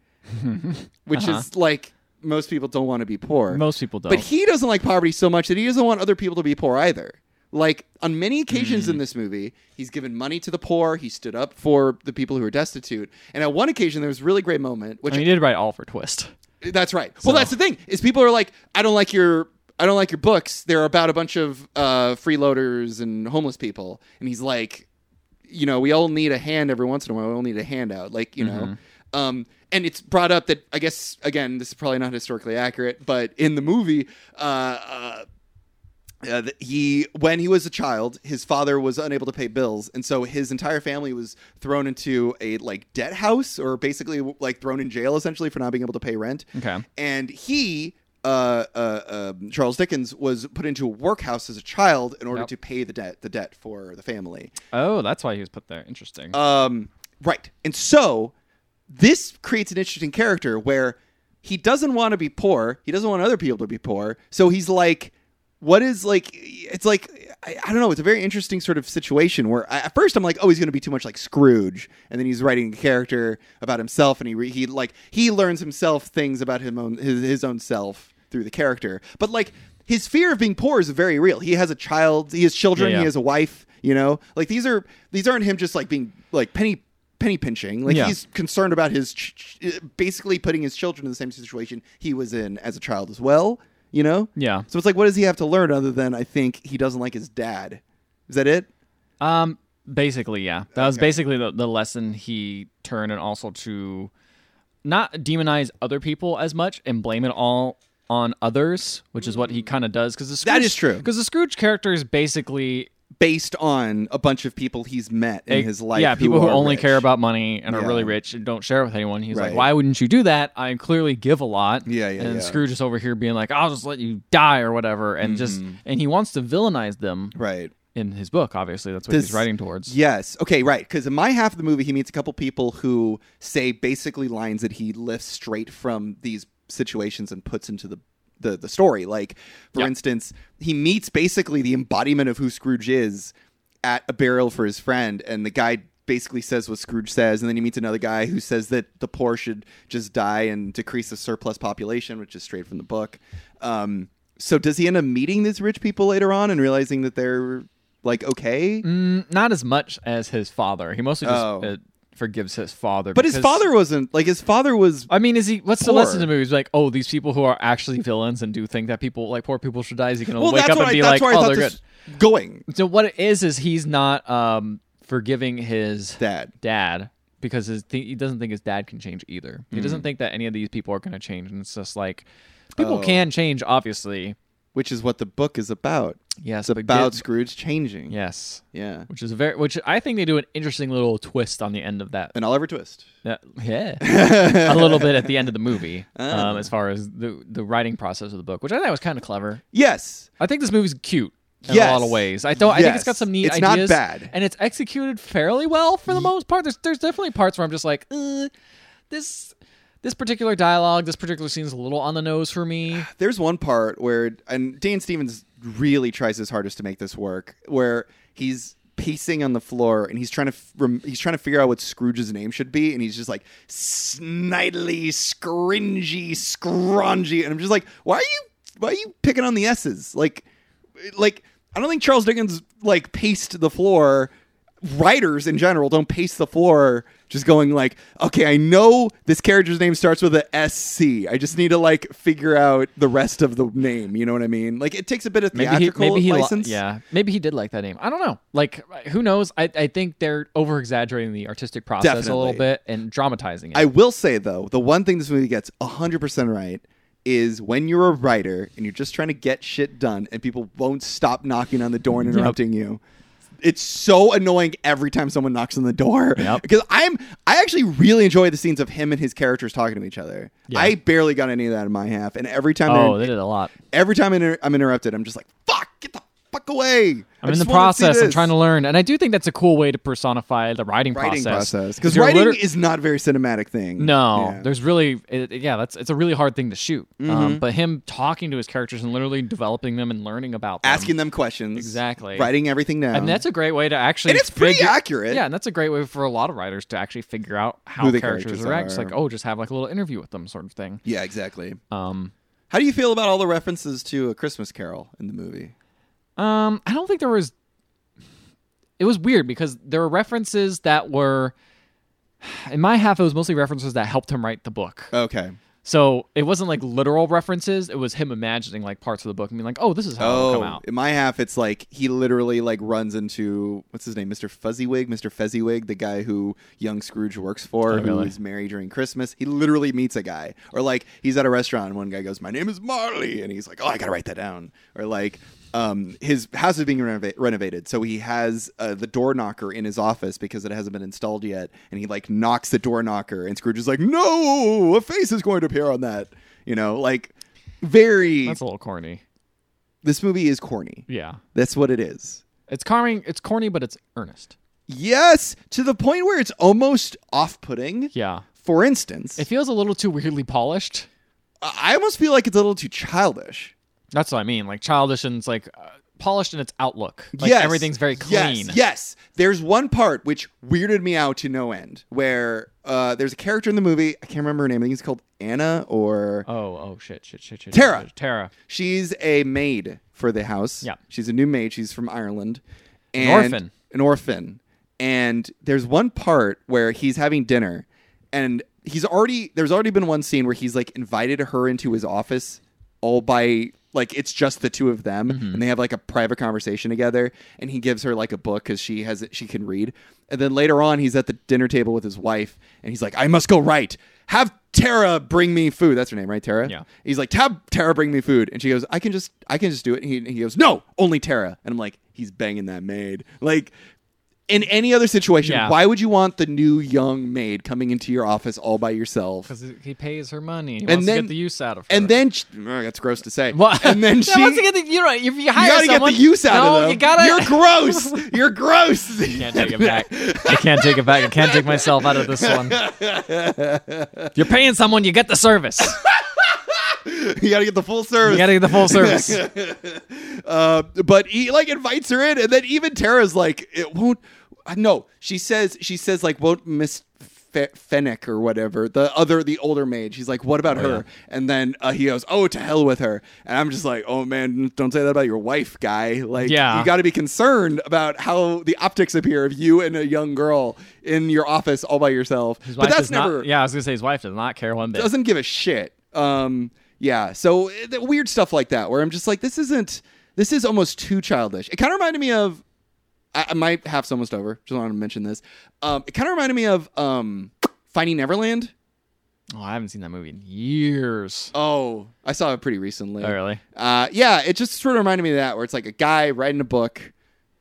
[SPEAKER 1] which is like most people don't want to be poor.
[SPEAKER 2] Uh-huh. Most people don't.
[SPEAKER 1] But he doesn't like poverty so much that he doesn't want other people to be poor either. Like on many occasions
[SPEAKER 2] Mm.
[SPEAKER 1] in this movie, he's given money to the poor. He stood up for the people who are destitute. And at one occasion, there was a really great moment, which uh,
[SPEAKER 2] I mean, he did write all for Twist.
[SPEAKER 1] that's right. Well, that's the thing is people are like, I don't like your, I don't like your books. They're about a bunch of uh, freeloaders and homeless people. And he's like, you know, we all need a hand every once in a while. We all need a handout, like you
[SPEAKER 2] Mm-hmm.
[SPEAKER 1] know. Um, and it's brought up that I guess again, this is probably not historically accurate, but in the movie, uh, uh, uh, th- he when he was a child, his father was unable to pay bills, and so his entire family was thrown into a like debt house, or basically like thrown in jail essentially for not being able to pay rent.
[SPEAKER 2] Okay.
[SPEAKER 1] And he, uh, uh, um Charles Dickens, was put into a workhouse as a child in order
[SPEAKER 2] Yep.
[SPEAKER 1] to pay the debt, the debt for the family.
[SPEAKER 2] Oh, that's why he was put there. Interesting.
[SPEAKER 1] Um, right. And so this creates an interesting character where he doesn't want to be poor. He doesn't want other people to be poor. So he's like, what is like, it's like, I, I don't know. It's a very interesting sort of situation where I, at first I'm like, oh, he's going to be too much like Scrooge. And then he's writing a character about himself and he, re, he like, he learns himself things about him own, his, his own self through the character. But like, his fear of being poor is very real. He has a child, he has children,
[SPEAKER 2] Yeah, yeah.
[SPEAKER 1] he has a wife you know like these are these aren't him just like being like penny penny pinching like
[SPEAKER 2] Yeah.
[SPEAKER 1] he's concerned about his ch- ch- basically putting his children in the same situation he was in as a child as well you know
[SPEAKER 2] Yeah.
[SPEAKER 1] so it's like what does he have to learn other than i think he doesn't like his dad is that it
[SPEAKER 2] Um, basically, yeah. That was basically the, the lesson he turned, and also to not demonize other people as much and blame it all on others, which is what he kind of does. Because the Scrooge,
[SPEAKER 1] That is true.
[SPEAKER 2] Because the Scrooge character is basically
[SPEAKER 1] based on a bunch of people he's met in his life
[SPEAKER 2] yeah, people who,
[SPEAKER 1] are
[SPEAKER 2] only
[SPEAKER 1] rich.
[SPEAKER 2] care about money and are
[SPEAKER 1] Yeah.
[SPEAKER 2] really rich and don't share it with anyone. He's like,
[SPEAKER 1] Right.
[SPEAKER 2] why wouldn't you do that? I clearly give a lot.
[SPEAKER 1] Yeah, yeah,
[SPEAKER 2] And
[SPEAKER 1] yeah.
[SPEAKER 2] Scrooge is over here being like, I'll just let you die or whatever, and just and he wants to villainize them
[SPEAKER 1] Mm-hmm. right
[SPEAKER 2] in his book. Obviously, that's what
[SPEAKER 1] Does-
[SPEAKER 2] he's writing towards.
[SPEAKER 1] Yes. Okay, right. Because in my half of the movie, he meets a couple people who say basically lines that he lifts straight from these situations and puts into the the, the story. Like, for
[SPEAKER 2] Yeah.
[SPEAKER 1] instance, he meets basically the embodiment of who Scrooge is at a burial for his friend, and the guy basically says what Scrooge says, and then he meets another guy who says that the poor should just die and decrease the surplus population, which is straight from the book. Um, so does he end up meeting these rich people later on and realizing that they're like okay?
[SPEAKER 2] Mm, not as much as his father. He mostly just
[SPEAKER 1] Oh.
[SPEAKER 2] uh, forgives his father.
[SPEAKER 1] But his father wasn't like his father was
[SPEAKER 2] I mean, is he? What's the
[SPEAKER 1] Poor.
[SPEAKER 2] lesson to movies? Like, oh, these people who are actually villains and do think that people, like poor people, should die. Is he going to
[SPEAKER 1] well.
[SPEAKER 2] wake
[SPEAKER 1] That's
[SPEAKER 2] up
[SPEAKER 1] what
[SPEAKER 2] and
[SPEAKER 1] I,
[SPEAKER 2] be
[SPEAKER 1] that's
[SPEAKER 2] like,
[SPEAKER 1] where I
[SPEAKER 2] oh,
[SPEAKER 1] thought
[SPEAKER 2] they're
[SPEAKER 1] this
[SPEAKER 2] good?
[SPEAKER 1] was going
[SPEAKER 2] So what it is is he's not um, forgiving his
[SPEAKER 1] dad.
[SPEAKER 2] dad because his th- he doesn't think his dad can change either. He doesn't think that any of these people are going to change, and it's just like people
[SPEAKER 1] Mm. Oh.
[SPEAKER 2] can change, obviously.
[SPEAKER 1] which is what the book is about.
[SPEAKER 2] Yes,
[SPEAKER 1] It's
[SPEAKER 2] but
[SPEAKER 1] about
[SPEAKER 2] did-
[SPEAKER 1] Scrooge changing.
[SPEAKER 2] yes,
[SPEAKER 1] yeah.
[SPEAKER 2] which is a very which I think they do an interesting little twist on the end of that.
[SPEAKER 1] And Oliver Twist.
[SPEAKER 2] That-
[SPEAKER 1] [laughs]
[SPEAKER 2] yeah, a little bit at the end of the movie,
[SPEAKER 1] Oh.
[SPEAKER 2] um, as far as the the writing process of the book, which I thought was kind of clever.
[SPEAKER 1] Yes,
[SPEAKER 2] I think this movie's cute in
[SPEAKER 1] Yes.
[SPEAKER 2] a lot of ways. I don't. I think
[SPEAKER 1] Yes.
[SPEAKER 2] it's got some neat
[SPEAKER 1] It's not
[SPEAKER 2] ideas.
[SPEAKER 1] bad.
[SPEAKER 2] and it's executed fairly well for the most part. There's there's definitely parts where I'm just like, uh, this this particular dialogue, this particular scene's a little on the nose for me.
[SPEAKER 1] there's one part where and Dan Stevens really tries his hardest to make this work, where he's pacing on the floor and he's trying to f- rem- he's trying to figure out what Scrooge's name should be, and he's just like snidely, scringy, scrongy, and I'm just like, why are you why are you picking on the s's? Like, like I don't think Charles Dickens like paced the floor. Writers in general don't pace the floor, just going like, okay, I know this character's name starts with a S C. I just need to like figure out the rest of the name. You know what I mean? Like it takes a bit of theatrical
[SPEAKER 2] li-
[SPEAKER 1] license.
[SPEAKER 2] yeah, maybe he did like that name. I don't know. Like, who knows? I, I think they're over exaggerating the artistic process a little
[SPEAKER 1] Definitely.
[SPEAKER 2] bit and dramatizing it.
[SPEAKER 1] I will say though, the one thing this movie gets 100% right is when you're a writer and you're just trying to get shit done and people won't stop knocking on the door and interrupting you. it's so annoying every time someone knocks on the door.
[SPEAKER 2] Yep.
[SPEAKER 1] [laughs] Because I'm I actually really enjoy the scenes of him and his characters talking to each other.
[SPEAKER 2] Yeah.
[SPEAKER 1] I barely got any of that in my half, and every time
[SPEAKER 2] Oh,
[SPEAKER 1] they're-
[SPEAKER 2] they did a lot.
[SPEAKER 1] every time inter- I'm interrupted, I'm just like, "Fuck, get the fuck away!"
[SPEAKER 2] I'm in the process. I'm trying to learn, and I do think that's a cool way to personify the writing,
[SPEAKER 1] writing process because
[SPEAKER 2] you're
[SPEAKER 1] writing
[SPEAKER 2] liter-
[SPEAKER 1] is not a very cinematic thing.
[SPEAKER 2] No,
[SPEAKER 1] Yeah. Mm-hmm.
[SPEAKER 2] there's really, it, it- yeah, that's it's a really hard thing to shoot. Um, but him talking to his characters and literally developing them and learning about them,
[SPEAKER 1] asking them questions
[SPEAKER 2] Exactly.
[SPEAKER 1] writing everything down.
[SPEAKER 2] and that's a great way to actually.
[SPEAKER 1] And it's pretty
[SPEAKER 2] figure-
[SPEAKER 1] accurate.
[SPEAKER 2] Yeah, and that's a great way for a lot of writers to actually figure out how
[SPEAKER 1] Who the
[SPEAKER 2] characters,
[SPEAKER 1] characters
[SPEAKER 2] are. Just
[SPEAKER 1] are.
[SPEAKER 2] like, oh, just have like a little interview with them, sort of thing.
[SPEAKER 1] yeah, exactly.
[SPEAKER 2] Um,
[SPEAKER 1] How do you feel about all the references to A Christmas Carol in the movie?
[SPEAKER 2] Um, I don't think there was. It was weird because there were references that were, in my half, it was mostly references that helped him write the book.
[SPEAKER 1] Okay.
[SPEAKER 2] So it wasn't like literal references. It was him imagining like parts of the book and being like, "Oh, this is how it'll come
[SPEAKER 1] Oh,
[SPEAKER 2] out."
[SPEAKER 1] in my half, it's like he literally like runs into what's his name, Mr. Fuzzywig, Mr. Fezziwig, the guy who young Scrooge works for, who
[SPEAKER 2] Oh, really?
[SPEAKER 1] is married during Christmas. He literally meets a guy, or like he's at a restaurant and one guy goes, "My name is Marley," and he's like, "Oh, I gotta write that down," or like. Um, his house is being renova- renovated, so he has uh, the door knocker in his office because it hasn't been installed yet. And he like knocks the door knocker, and Scrooge is like, "No, a face is going to appear on that." You know, like very.
[SPEAKER 2] That's a little corny.
[SPEAKER 1] this movie is corny.
[SPEAKER 2] Yeah,
[SPEAKER 1] That's what it is.
[SPEAKER 2] it's corny. It's corny, but it's earnest.
[SPEAKER 1] Yes, to the point where it's almost off-putting.
[SPEAKER 2] Yeah,
[SPEAKER 1] For instance,
[SPEAKER 2] it feels a little too weirdly polished.
[SPEAKER 1] I I almost feel like it's a little too childish.
[SPEAKER 2] That's what I mean. Like childish and it's like uh, polished in its outlook. Like
[SPEAKER 1] yes,
[SPEAKER 2] everything's very
[SPEAKER 1] yes,
[SPEAKER 2] clean.
[SPEAKER 1] Yes, there's one part which weirded me out to no end, where uh, there's a character in the movie I can't remember her name. I think it's called Anna, or
[SPEAKER 2] Oh, oh shit, shit, shit, shit.
[SPEAKER 1] Tara.
[SPEAKER 2] shit, shit, Tara.
[SPEAKER 1] she's a maid for the house.
[SPEAKER 2] Yeah.
[SPEAKER 1] she's a new maid. She's from Ireland. And
[SPEAKER 2] orphan.
[SPEAKER 1] An orphan. And there's one part where he's having dinner, and he's already there's already been one scene where he's like invited her into his office all by like it's just the two of them
[SPEAKER 2] Mm-hmm.
[SPEAKER 1] and they have like a private conversation together and he gives her like a book because she has she can read and then later on he's at the dinner table with his wife and he's like i must go right have tara bring me food that's her name right tara
[SPEAKER 2] Yeah.
[SPEAKER 1] He's like, "Tab, Tara, bring me food," and she goes, "I can just, I can just do it." And he, he goes, "No, only Tara." And I'm like, "He's banging that maid." Like, in any other situation,
[SPEAKER 2] Yeah.
[SPEAKER 1] why would you want the new young maid coming into your office all by yourself?
[SPEAKER 2] Because he pays her money. He and
[SPEAKER 1] wants to
[SPEAKER 2] wants then,
[SPEAKER 1] get then-
[SPEAKER 2] to get
[SPEAKER 1] the
[SPEAKER 2] the use out of her.
[SPEAKER 1] And then she, Ugh, that's gross to say. And
[SPEAKER 2] [laughs]
[SPEAKER 1] then she,
[SPEAKER 2] wants to get the, you're right. If you hire
[SPEAKER 1] you gotta
[SPEAKER 2] someone,
[SPEAKER 1] get the use out
[SPEAKER 2] no,
[SPEAKER 1] of them.
[SPEAKER 2] you gotta.
[SPEAKER 1] You're gross.
[SPEAKER 2] [laughs]
[SPEAKER 1] You're gross.
[SPEAKER 2] can't take it back. I can't take it back. I can't take myself out of this one. You're paying someone, you get the service.
[SPEAKER 1] [laughs] you gotta get the full service.
[SPEAKER 2] You gotta get the full service.
[SPEAKER 1] Uh, but he like invites her in, and then even Tara's like, "It won't." No, she says, she says like, "Won't Miss Fe- Fennec or whatever the other the older maid?" She's like, "What
[SPEAKER 2] Oh,
[SPEAKER 1] about her?" And then uh, he goes, "Oh, to hell with her!" And I'm just like, "Oh man, don't say that about your wife, guy. Like,
[SPEAKER 2] Yeah.
[SPEAKER 1] you got to be concerned about how the optics appear of you and a young girl in your office all by yourself."
[SPEAKER 2] His
[SPEAKER 1] But
[SPEAKER 2] wife
[SPEAKER 1] that's
[SPEAKER 2] does not-
[SPEAKER 1] never
[SPEAKER 2] yeah, I was gonna say his wife does not care one bit.
[SPEAKER 1] doesn't give a shit. Um, yeah. So uh, the weird stuff like that, where I'm just like, this isn't. This is almost too childish. It kind of reminded me of. I, I might have almost over. Just wanted to mention this. Um, it kind of reminded me of um, Finding Neverland.
[SPEAKER 2] Oh, I haven't seen that movie in years.
[SPEAKER 1] Oh, I saw it pretty recently.
[SPEAKER 2] Oh, really?
[SPEAKER 1] Uh, yeah, it just sort of reminded me of that, where it's like a guy writing a book,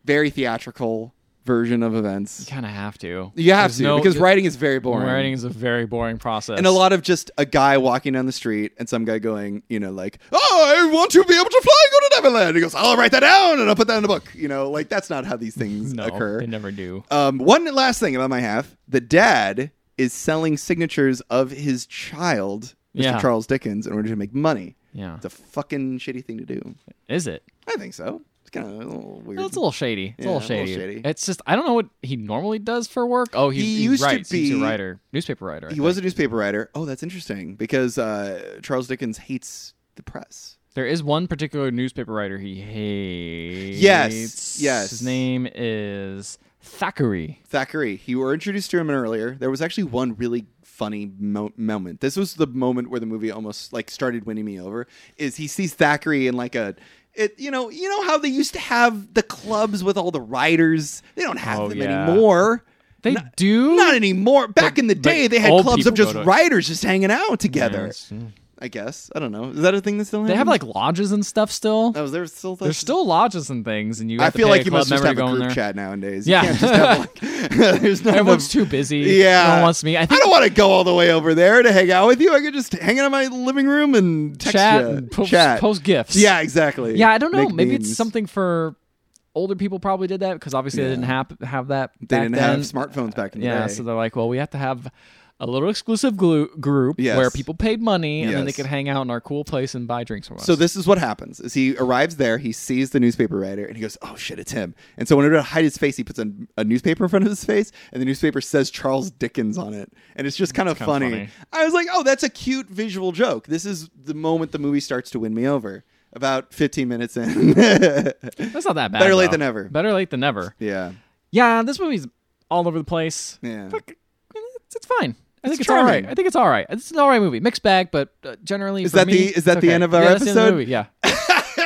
[SPEAKER 1] very theatrical version of events.
[SPEAKER 2] You kind of have to.
[SPEAKER 1] You have
[SPEAKER 2] There's
[SPEAKER 1] to
[SPEAKER 2] no-
[SPEAKER 1] because writing is very boring.
[SPEAKER 2] writing is a very boring process.
[SPEAKER 1] and a lot of just a guy walking down the street and some guy going, you know, like, oh, I want to be able to fly and go to Neverland. He goes, I'll write that down and I'll put that in the book. You know, like that's not how these things
[SPEAKER 2] no,
[SPEAKER 1] occur.
[SPEAKER 2] They never do.
[SPEAKER 1] Um, one last thing about my half: the dad is selling signatures of his child, Mr.
[SPEAKER 2] Yeah.
[SPEAKER 1] Charles Dickens, in order to make money.
[SPEAKER 2] Yeah.
[SPEAKER 1] It's a fucking shitty thing to do.
[SPEAKER 2] Is it?
[SPEAKER 1] I think so. It's kind of a little weird.
[SPEAKER 2] Well, it's a little shady.
[SPEAKER 1] Yeah,
[SPEAKER 2] It's a
[SPEAKER 1] a
[SPEAKER 2] little
[SPEAKER 1] little
[SPEAKER 2] shady.
[SPEAKER 1] shady.
[SPEAKER 2] It's just I don't know what he normally does for work. Oh, he,
[SPEAKER 1] He
[SPEAKER 2] he
[SPEAKER 1] used to
[SPEAKER 2] writes. He's
[SPEAKER 1] be-
[SPEAKER 2] a writer, newspaper writer. I
[SPEAKER 1] he
[SPEAKER 2] think.
[SPEAKER 1] was a newspaper writer. Oh, that's interesting because uh, Charles Dickens hates the press.
[SPEAKER 2] There is one particular newspaper writer he hates.
[SPEAKER 1] yes.
[SPEAKER 2] His name is Thackeray.
[SPEAKER 1] Thackeray. You were introduced to him earlier. There was actually one really funny mo- moment. This was the moment where the movie almost like started winning me over. Is he sees Thackeray in like a it you know you know how they used to have the clubs with all the writers. They don't have
[SPEAKER 2] Oh,
[SPEAKER 1] them
[SPEAKER 2] yeah.
[SPEAKER 1] anymore.
[SPEAKER 2] They do
[SPEAKER 1] Not anymore. Back in the day, they had
[SPEAKER 2] old
[SPEAKER 1] clubs of
[SPEAKER 2] people
[SPEAKER 1] just
[SPEAKER 2] go to-
[SPEAKER 1] writers just hanging out together.
[SPEAKER 2] Yes.
[SPEAKER 1] I guess. I don't know. Is that a thing that still
[SPEAKER 2] They have
[SPEAKER 1] happens?
[SPEAKER 2] like lodges and stuff still.
[SPEAKER 1] Oh, is there still
[SPEAKER 2] There's still lodges and things, and you.
[SPEAKER 1] I
[SPEAKER 2] have to
[SPEAKER 1] feel
[SPEAKER 2] pay a
[SPEAKER 1] like you
[SPEAKER 2] club
[SPEAKER 1] must just
[SPEAKER 2] member
[SPEAKER 1] have a
[SPEAKER 2] to go in
[SPEAKER 1] group
[SPEAKER 2] there.
[SPEAKER 1] chat nowadays.
[SPEAKER 2] Yeah.
[SPEAKER 1] You can't just have like, [laughs] there's not
[SPEAKER 2] [laughs]
[SPEAKER 1] [laughs]
[SPEAKER 2] Everyone's
[SPEAKER 1] enough-
[SPEAKER 2] too busy.
[SPEAKER 1] Yeah.
[SPEAKER 2] no one wants to meet. I
[SPEAKER 1] I
[SPEAKER 2] think
[SPEAKER 1] don't want to go all the way over there to hang out with you. I could just hang out in my living room and text
[SPEAKER 2] chat,
[SPEAKER 1] ya.
[SPEAKER 2] and post,
[SPEAKER 1] chat.
[SPEAKER 2] post gifts.
[SPEAKER 1] yeah, exactly.
[SPEAKER 2] yeah. I don't know.
[SPEAKER 1] Make
[SPEAKER 2] Maybe
[SPEAKER 1] memes.
[SPEAKER 2] it's something for older people. Probably did that because obviously
[SPEAKER 1] Yeah.
[SPEAKER 2] they didn't have have that.
[SPEAKER 1] They
[SPEAKER 2] back
[SPEAKER 1] didn't
[SPEAKER 2] then.
[SPEAKER 1] have smartphones back in the
[SPEAKER 2] Yeah,
[SPEAKER 1] day.
[SPEAKER 2] so they're like, well, we have to have a little exclusive glu- group
[SPEAKER 1] Yes.
[SPEAKER 2] where people paid money and then they
[SPEAKER 1] Yes.
[SPEAKER 2] could hang out in our cool place and buy drinks from us.
[SPEAKER 1] So this is what happens: is he arrives there, he sees the newspaper writer, and he goes, "Oh shit, it's him!" And so in order to hide his face, he puts a, a newspaper in front of his face, and the newspaper says Charles Dickens on it, and it's just kind of
[SPEAKER 2] kinda
[SPEAKER 1] funny.
[SPEAKER 2] funny.
[SPEAKER 1] I was like, "Oh, that's a cute visual joke." This is the moment the movie starts to win me over. About 15 minutes in, [laughs]
[SPEAKER 2] That's not that bad.
[SPEAKER 1] Better late
[SPEAKER 2] though.
[SPEAKER 1] than never.
[SPEAKER 2] Better late than never.
[SPEAKER 1] yeah,
[SPEAKER 2] Yeah, this movie's all over the place.
[SPEAKER 1] yeah.
[SPEAKER 2] Fuck, It's, it's fine. I
[SPEAKER 1] It's
[SPEAKER 2] think it's, all right.
[SPEAKER 1] charming.
[SPEAKER 2] I think it's all right. It's an all right movie. Mixed bag, but uh, generally
[SPEAKER 1] Is
[SPEAKER 2] for
[SPEAKER 1] that
[SPEAKER 2] me,
[SPEAKER 1] the- is that
[SPEAKER 2] it's
[SPEAKER 1] the
[SPEAKER 2] okay.
[SPEAKER 1] end of our
[SPEAKER 2] yeah, that's the end
[SPEAKER 1] episode?
[SPEAKER 2] of the movie. Yeah.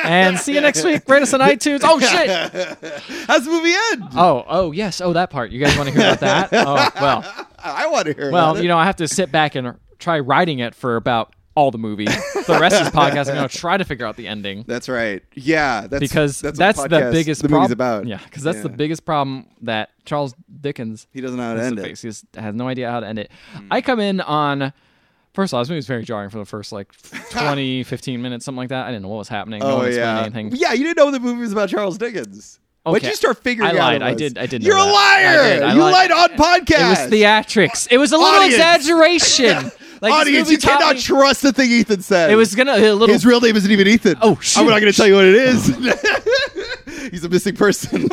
[SPEAKER 2] and see you next week.
[SPEAKER 1] [laughs]
[SPEAKER 2] Rate us on iTunes. Oh shit.
[SPEAKER 1] How's the movie end?
[SPEAKER 2] Oh oh yes. Oh that part. You guys want to hear
[SPEAKER 1] [laughs]
[SPEAKER 2] about that? Oh well.
[SPEAKER 1] I want to hear.
[SPEAKER 2] Well,
[SPEAKER 1] about it.
[SPEAKER 2] you know, I have to sit back and try writing it for about all the movie. The rest of this podcast,
[SPEAKER 1] [laughs]
[SPEAKER 2] I'm going to try to figure out the ending
[SPEAKER 1] that's right. Yeah, that's
[SPEAKER 2] because
[SPEAKER 1] that's,
[SPEAKER 2] that's,
[SPEAKER 1] what
[SPEAKER 2] the
[SPEAKER 1] podcast-
[SPEAKER 2] biggest
[SPEAKER 1] the
[SPEAKER 2] problem.
[SPEAKER 1] movie's about.
[SPEAKER 2] Yeah, because that's the
[SPEAKER 1] Yeah.
[SPEAKER 2] biggest problem that Charles Dickens
[SPEAKER 1] He doesn't know how to
[SPEAKER 2] has
[SPEAKER 1] end
[SPEAKER 2] to
[SPEAKER 1] it. Hmm.
[SPEAKER 2] face. He just has no idea how to end it. I come in on. First of all, this movie's very jarring for the first
[SPEAKER 1] [laughs]
[SPEAKER 2] like 20, 15 minutes, something like that. I didn't know what was happening. no
[SPEAKER 1] Oh
[SPEAKER 2] one explained
[SPEAKER 1] yeah,
[SPEAKER 2] anything.
[SPEAKER 1] yeah. You didn't know the movie was about Charles Dickens. What'd
[SPEAKER 2] Okay.
[SPEAKER 1] you start figuring
[SPEAKER 2] I
[SPEAKER 1] out?
[SPEAKER 2] lied.
[SPEAKER 1] it
[SPEAKER 2] I
[SPEAKER 1] was?
[SPEAKER 2] did- I did know
[SPEAKER 1] You're a
[SPEAKER 2] that.
[SPEAKER 1] liar.
[SPEAKER 2] I did. I
[SPEAKER 1] you lied
[SPEAKER 2] lied.
[SPEAKER 1] on podcast.
[SPEAKER 2] It was theatrics. It was a little
[SPEAKER 1] Audience. [laughs]
[SPEAKER 2] exaggeration. Like this
[SPEAKER 1] audience.
[SPEAKER 2] movie
[SPEAKER 1] You
[SPEAKER 2] taught
[SPEAKER 1] cannot
[SPEAKER 2] me-
[SPEAKER 1] trust the thing Ethan said.
[SPEAKER 2] It was gonna a little.
[SPEAKER 1] his real name isn't even Ethan.
[SPEAKER 2] Oh, shoot. Oh.
[SPEAKER 1] I'm not going to tell you what it is. [laughs] He's a missing person.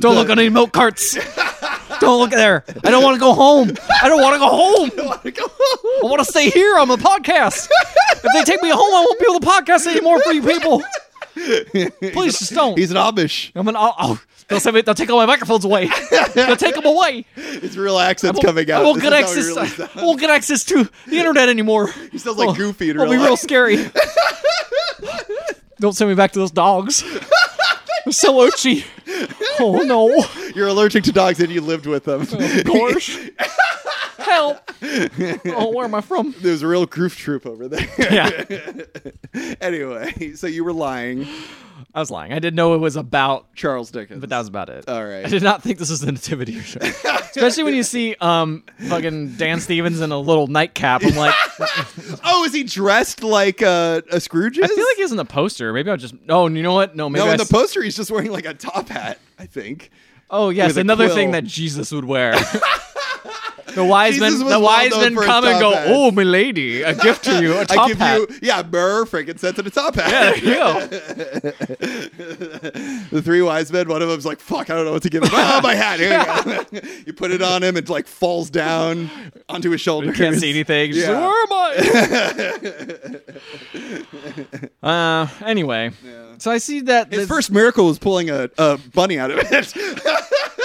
[SPEAKER 2] Don't look
[SPEAKER 1] [laughs]
[SPEAKER 2] on any milk carts. Don't look there. I don't want to go home. I don't want to go home. I want to stay here on the podcast. If they take me home, I won't be able to podcast anymore for you people. Please just don't.
[SPEAKER 1] He's an Amish.
[SPEAKER 2] I'm gonna. I'll, I'll, they'll, send me, they'll take all my microphones away. They'll take them away.
[SPEAKER 1] His real accent's coming out.
[SPEAKER 2] I won't
[SPEAKER 1] This
[SPEAKER 2] get
[SPEAKER 1] is how he
[SPEAKER 2] access.
[SPEAKER 1] really
[SPEAKER 2] I
[SPEAKER 1] sounds.
[SPEAKER 2] won't get access to the internet anymore. He
[SPEAKER 1] sounds like Goofy in
[SPEAKER 2] It'll
[SPEAKER 1] real
[SPEAKER 2] Oh, be real
[SPEAKER 1] life. [laughs]
[SPEAKER 2] scary. don't send me back to those dogs.
[SPEAKER 1] [laughs]
[SPEAKER 2] They're so itchy. Oh no.
[SPEAKER 1] You're allergic to dogs and you lived with
[SPEAKER 2] [laughs]
[SPEAKER 1] them. [laughs]
[SPEAKER 2] Gosh. [laughs] Help. Oh, where am I from?
[SPEAKER 1] There's a real goof troop over there.
[SPEAKER 2] Yeah.
[SPEAKER 1] [laughs] anyway, so you were lying,
[SPEAKER 2] I was lying. I didn't know it was about,
[SPEAKER 1] Charles Dickens.
[SPEAKER 2] but that was about it.
[SPEAKER 1] All right.
[SPEAKER 2] I did not think this was the nativity show. Especially when you see um fucking Dan Stevens in a little nightcap. I'm
[SPEAKER 1] [laughs]
[SPEAKER 2] like, I
[SPEAKER 1] [laughs] Oh, is he dressed like a, a Scrooge? I
[SPEAKER 2] feel like he's in the poster. Maybe I'll just. Oh, and you know what? No, maybe.
[SPEAKER 1] no.
[SPEAKER 2] I
[SPEAKER 1] In the
[SPEAKER 2] s-
[SPEAKER 1] poster, he's just wearing like a top hat. I think.
[SPEAKER 2] oh yes,
[SPEAKER 1] with a
[SPEAKER 2] another
[SPEAKER 1] quill.
[SPEAKER 2] thing that Jesus would
[SPEAKER 1] [laughs]
[SPEAKER 2] wear. the wise
[SPEAKER 1] Jesus
[SPEAKER 2] men.
[SPEAKER 1] was
[SPEAKER 2] The wise
[SPEAKER 1] well known for
[SPEAKER 2] men
[SPEAKER 1] his
[SPEAKER 2] come
[SPEAKER 1] top
[SPEAKER 2] and go.
[SPEAKER 1] hats.
[SPEAKER 2] Oh, my lady, a gift to you. A top
[SPEAKER 1] [laughs] I give
[SPEAKER 2] hat.
[SPEAKER 1] you, yeah, Burr, frankincense, and a top
[SPEAKER 2] Yeah,
[SPEAKER 1] hat.
[SPEAKER 2] there you go.
[SPEAKER 1] [laughs] the three wise men. One of them's like, "Fuck, I don't know what to give him." [laughs] Ah, my hat. Here you
[SPEAKER 2] [laughs]
[SPEAKER 1] go. [laughs] you put it on him, and like falls down onto his shoulder.
[SPEAKER 2] Can't see anything. She's
[SPEAKER 1] Yeah.
[SPEAKER 2] like, Where am I? [laughs] uh, anyway, so I see that
[SPEAKER 1] His
[SPEAKER 2] this-
[SPEAKER 1] first miracle was pulling a, a bunny out of it. [laughs]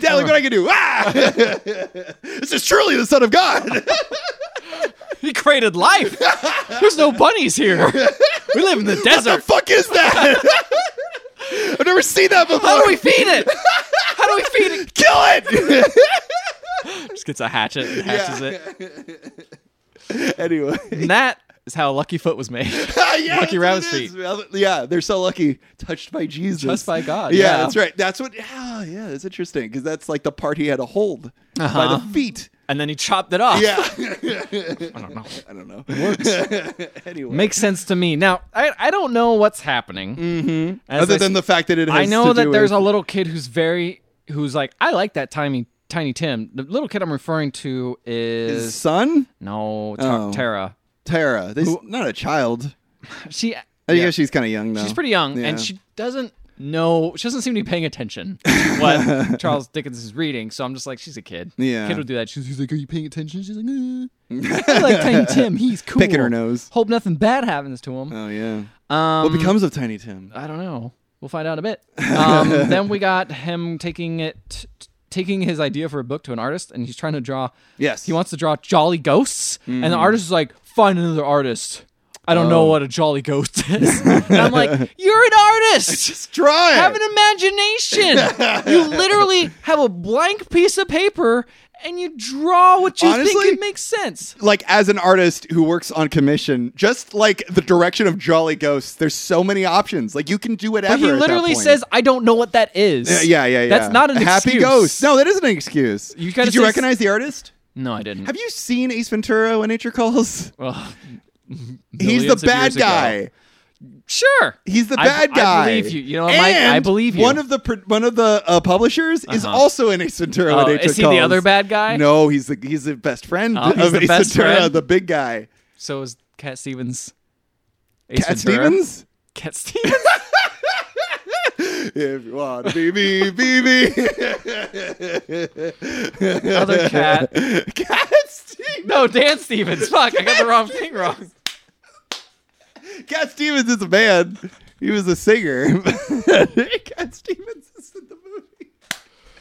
[SPEAKER 1] Dad,
[SPEAKER 2] Uh.
[SPEAKER 1] look what I can do! Ah! this is truly the Son of God. [laughs]
[SPEAKER 2] he [laughs] created life. There's no bunnies [laughs] here. We live in the
[SPEAKER 1] the
[SPEAKER 2] [laughs] desert.
[SPEAKER 1] fuck is that? [laughs] I've never seen that before.
[SPEAKER 2] How do we feed it? How do we feed it?
[SPEAKER 1] kill it? [laughs]
[SPEAKER 2] Just gets a hatchet and hatches it.
[SPEAKER 1] anyway,
[SPEAKER 2] [laughs]
[SPEAKER 1] [laughs]
[SPEAKER 2] And that is how Lucky Foot was made. [laughs]
[SPEAKER 1] yeah,
[SPEAKER 2] Lucky
[SPEAKER 1] that's
[SPEAKER 2] rabbit's
[SPEAKER 1] what it is. Yeah, they're so lucky. Touched by Jesus.
[SPEAKER 2] Touched by God,
[SPEAKER 1] Yeah,
[SPEAKER 2] yeah.
[SPEAKER 1] that's right. That's what. Yeah, yeah, that's interesting because that's like the part he had to hold by
[SPEAKER 2] Uh-huh.
[SPEAKER 1] the feet.
[SPEAKER 2] [laughs] And then he chopped it off.
[SPEAKER 1] Yeah,
[SPEAKER 2] I don't know.
[SPEAKER 1] [laughs] I don't know. [laughs] anyway,
[SPEAKER 2] Makes sense to me. Now, I, I don't know what's happening. Mm-hmm.
[SPEAKER 1] other than the fact that it. Has
[SPEAKER 2] I
[SPEAKER 1] to
[SPEAKER 2] know
[SPEAKER 1] do
[SPEAKER 2] that there's
[SPEAKER 1] with-
[SPEAKER 2] a little kid who's very who's like I like that tiny tiny Tim. The little kid I'm referring to is,
[SPEAKER 1] his son
[SPEAKER 2] no Ta-
[SPEAKER 1] Oh.
[SPEAKER 2] Tara.
[SPEAKER 1] Tara. This not a child.
[SPEAKER 2] She
[SPEAKER 1] I
[SPEAKER 2] yeah,
[SPEAKER 1] guess she's kind of young though.
[SPEAKER 2] she's pretty young
[SPEAKER 1] Yeah.
[SPEAKER 2] and she doesn't know she doesn't seem to be paying attention to
[SPEAKER 1] [laughs]
[SPEAKER 2] what Charles Dickens is reading. So I'm just like she's a kid.
[SPEAKER 1] Yeah.
[SPEAKER 2] kid would do that. She's, he's like, are you paying attention?
[SPEAKER 1] [laughs]
[SPEAKER 2] She's like, "Uh." I like tiny Tim. He's cool.
[SPEAKER 1] Picking her nose.
[SPEAKER 2] Hope nothing bad happens to him.
[SPEAKER 1] Oh yeah.
[SPEAKER 2] Um,
[SPEAKER 1] What becomes of Tiny Tim?
[SPEAKER 2] I don't know. We'll find out in a bit.
[SPEAKER 1] [laughs]
[SPEAKER 2] Um, then we got him taking it, t- taking his idea for a book to an artist, and he's trying to draw.
[SPEAKER 1] Yes. Mm.
[SPEAKER 2] He wants to draw jolly ghosts, and the artist is like, "Find another artist." I don't
[SPEAKER 1] Oh.
[SPEAKER 2] know what a jolly
[SPEAKER 1] [laughs]
[SPEAKER 2] ghost is. and I'm like, "You're an artist."
[SPEAKER 1] Try it. [laughs]
[SPEAKER 2] Have an imagination. you literally have a blank piece of paper and you draw what you think
[SPEAKER 1] Honestly-
[SPEAKER 2] it makes sense.
[SPEAKER 1] like as an artist who works on commission, just like the direction of Jolly Ghosts, there's so many options. Like you can do whatever.
[SPEAKER 2] But he
[SPEAKER 1] at that
[SPEAKER 2] literally
[SPEAKER 1] point.
[SPEAKER 2] says, "I don't know what that is."
[SPEAKER 1] Yeah, yeah, yeah. yeah.
[SPEAKER 2] That's not an
[SPEAKER 1] happy
[SPEAKER 2] excuse.
[SPEAKER 1] ghost. No, that isn't an excuse.
[SPEAKER 2] You gotta
[SPEAKER 1] Did you
[SPEAKER 2] say-
[SPEAKER 1] recognize the artist?
[SPEAKER 2] No, I didn't.
[SPEAKER 1] Have you seen Ace Ventura: When Nature Calls?
[SPEAKER 2] Well,
[SPEAKER 1] He's
[SPEAKER 2] millions
[SPEAKER 1] the
[SPEAKER 2] of
[SPEAKER 1] bad
[SPEAKER 2] years ago.
[SPEAKER 1] guy.
[SPEAKER 2] Sure.
[SPEAKER 1] He's the
[SPEAKER 2] I-
[SPEAKER 1] bad guy.
[SPEAKER 2] I believe you. You know what, Mike? I
[SPEAKER 1] And
[SPEAKER 2] believe you.
[SPEAKER 1] One of the pr- one of the uh, publishers is
[SPEAKER 2] Uh-huh.
[SPEAKER 1] also in Ace Ventura:
[SPEAKER 2] Oh,
[SPEAKER 1] When Nature
[SPEAKER 2] is he the
[SPEAKER 1] Calls.
[SPEAKER 2] other bad guy?
[SPEAKER 1] No, he's the he's the best friend
[SPEAKER 2] Oh, he's
[SPEAKER 1] of
[SPEAKER 2] the
[SPEAKER 1] Ace
[SPEAKER 2] best
[SPEAKER 1] Ventura,
[SPEAKER 2] friend?
[SPEAKER 1] the big guy.
[SPEAKER 2] So is Cat Stevens. Ace
[SPEAKER 1] Cat
[SPEAKER 2] Ventura?
[SPEAKER 1] Stevens.
[SPEAKER 2] Cat Stevens.
[SPEAKER 1] If you want to be me, be me. [laughs]
[SPEAKER 2] Other cat.
[SPEAKER 1] [laughs] Cat Stevens.
[SPEAKER 2] No, Dan Stevens. Fuck, I got the wrong thing wrong.
[SPEAKER 1] Cat Stevens is a man. He was a singer. [laughs] Cat Stevens is in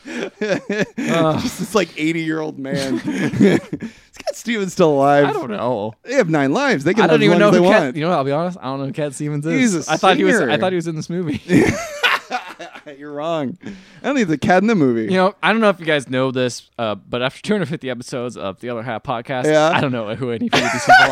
[SPEAKER 1] the movie. [laughs]
[SPEAKER 2] Ugh.
[SPEAKER 1] Just this like 80 year old man. [laughs] is Cat Stevens still alive?
[SPEAKER 2] I don't know.
[SPEAKER 1] They have nine lives. They can
[SPEAKER 2] I don't
[SPEAKER 1] live
[SPEAKER 2] even
[SPEAKER 1] as long
[SPEAKER 2] know
[SPEAKER 1] as
[SPEAKER 2] who
[SPEAKER 1] they
[SPEAKER 2] Cat.
[SPEAKER 1] want.
[SPEAKER 2] You know, what, I'll be honest. I don't know who Cat Stevens is.
[SPEAKER 1] He's a
[SPEAKER 2] I thought he was. I
[SPEAKER 1] singer.
[SPEAKER 2] thought he was in
[SPEAKER 1] [laughs]
[SPEAKER 2] this movie. you
[SPEAKER 1] You're wrong. I don't need the cat in the movie.
[SPEAKER 2] know, I don't know if you guys know this, uh, but after 250 episodes of the Other Half podcast,
[SPEAKER 1] Yeah.
[SPEAKER 2] I don't know who any of these people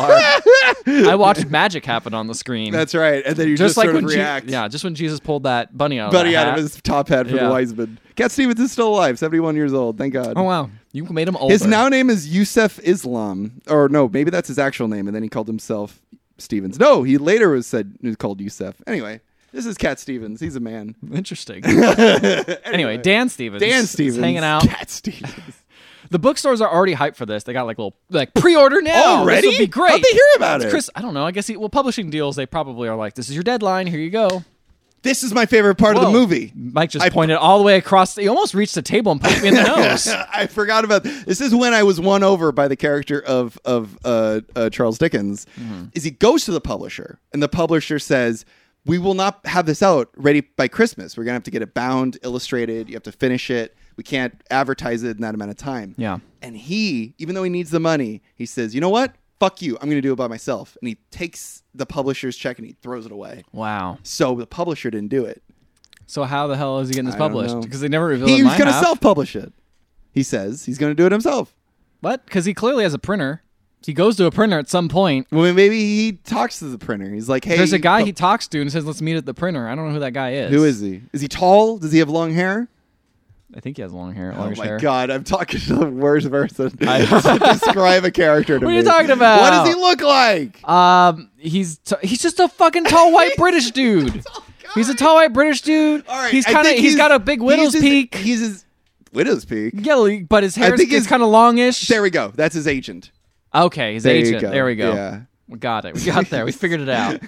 [SPEAKER 1] [laughs]
[SPEAKER 2] are. I watched magic happen on the screen.
[SPEAKER 1] That's right. And then you just,
[SPEAKER 2] just, like
[SPEAKER 1] sort
[SPEAKER 2] when
[SPEAKER 1] of
[SPEAKER 2] Je-
[SPEAKER 1] react.
[SPEAKER 2] yeah, just when Jesus pulled that bunny out.
[SPEAKER 1] Buddy
[SPEAKER 2] of, that
[SPEAKER 1] out
[SPEAKER 2] hat.
[SPEAKER 1] of his top hat for
[SPEAKER 2] Yeah.
[SPEAKER 1] the Wiseman. Cat Stevens is still alive, 71 years old. Thank God.
[SPEAKER 2] Oh wow, you made him older.
[SPEAKER 1] His now name is Yusef Islam, or no, maybe that's his actual name, and then he called himself Stevens. No, he later was said was called Yusef. Anyway, this is Cat Stevens. He's a man. [laughs]
[SPEAKER 2] Interesting. anyway, Dan Stevens.
[SPEAKER 1] Dan
[SPEAKER 2] is
[SPEAKER 1] Stevens,
[SPEAKER 2] hanging out.
[SPEAKER 1] Cat Stevens.
[SPEAKER 2] The bookstores are already hyped for this. They got like little like pre-order now.
[SPEAKER 1] Already?
[SPEAKER 2] this would be great.
[SPEAKER 1] How'd they hear about it?
[SPEAKER 2] Chris, I don't know. I guess he, well, publishing deals. They probably are like, this is your deadline. Here you go.
[SPEAKER 1] This is my favorite part of
[SPEAKER 2] Whoa.
[SPEAKER 1] the movie.
[SPEAKER 2] Mike just
[SPEAKER 1] I-
[SPEAKER 2] pointed all the way across. He almost reached the table and punched me
[SPEAKER 1] [laughs]
[SPEAKER 2] in the nose.
[SPEAKER 1] I forgot about this. Is when I was won over by the character of of uh, uh, Charles Dickens.
[SPEAKER 2] Mm-hmm.
[SPEAKER 1] Is he goes to the publisher and the publisher says, "We will not have this out ready by Christmas. We're gonna have to get it bound, illustrated. You have to finish it. We can't advertise it in that amount of time."
[SPEAKER 2] Yeah.
[SPEAKER 1] And he, even though he needs the money, he says, "You know what? Fuck you. I'm gonna do it by myself." And he takes the publisher's check and he throws it away.
[SPEAKER 2] Wow.
[SPEAKER 1] So the publisher didn't do it.
[SPEAKER 2] So how the hell is he getting this
[SPEAKER 1] I don't
[SPEAKER 2] published?
[SPEAKER 1] know.
[SPEAKER 2] Because they never revealed.
[SPEAKER 1] He's
[SPEAKER 2] my
[SPEAKER 1] gonna
[SPEAKER 2] half.
[SPEAKER 1] self-publish it. He says he's gonna do it himself.
[SPEAKER 2] What? Because he clearly has a printer. He goes to a printer at some point.
[SPEAKER 1] Well, maybe he talks to the printer. He's like, "Hey,
[SPEAKER 2] There's a guy
[SPEAKER 1] pu-
[SPEAKER 2] he talks to and says, "Let's meet at the printer." I don't know who that guy is.
[SPEAKER 1] who is he? Is he tall? Does he have long hair?
[SPEAKER 2] I think he has long hair.
[SPEAKER 1] Oh
[SPEAKER 2] longish
[SPEAKER 1] my
[SPEAKER 2] hair.
[SPEAKER 1] god, I'm talking to the worst person [laughs] to describe a character to
[SPEAKER 2] What are
[SPEAKER 1] me.
[SPEAKER 2] you talking about?
[SPEAKER 1] What does he look like?
[SPEAKER 2] Um, he's t- he's just a
[SPEAKER 1] [laughs]
[SPEAKER 2] fucking tall white British dude. [laughs] He's a tall white British dude.
[SPEAKER 1] All right,
[SPEAKER 2] he's
[SPEAKER 1] I
[SPEAKER 2] kind of
[SPEAKER 1] think
[SPEAKER 2] he's got a big widow's
[SPEAKER 1] he's his-
[SPEAKER 2] peak.
[SPEAKER 1] He's his widow's peak.
[SPEAKER 2] yeah, like, but his hair
[SPEAKER 1] think
[SPEAKER 2] is
[SPEAKER 1] his-
[SPEAKER 2] kind of longish.
[SPEAKER 1] There we go. That's his agent.
[SPEAKER 2] okay, his
[SPEAKER 1] There you
[SPEAKER 2] agent.
[SPEAKER 1] go.
[SPEAKER 2] There we go.
[SPEAKER 1] Yeah.
[SPEAKER 2] We got it. We got there. We figured it out.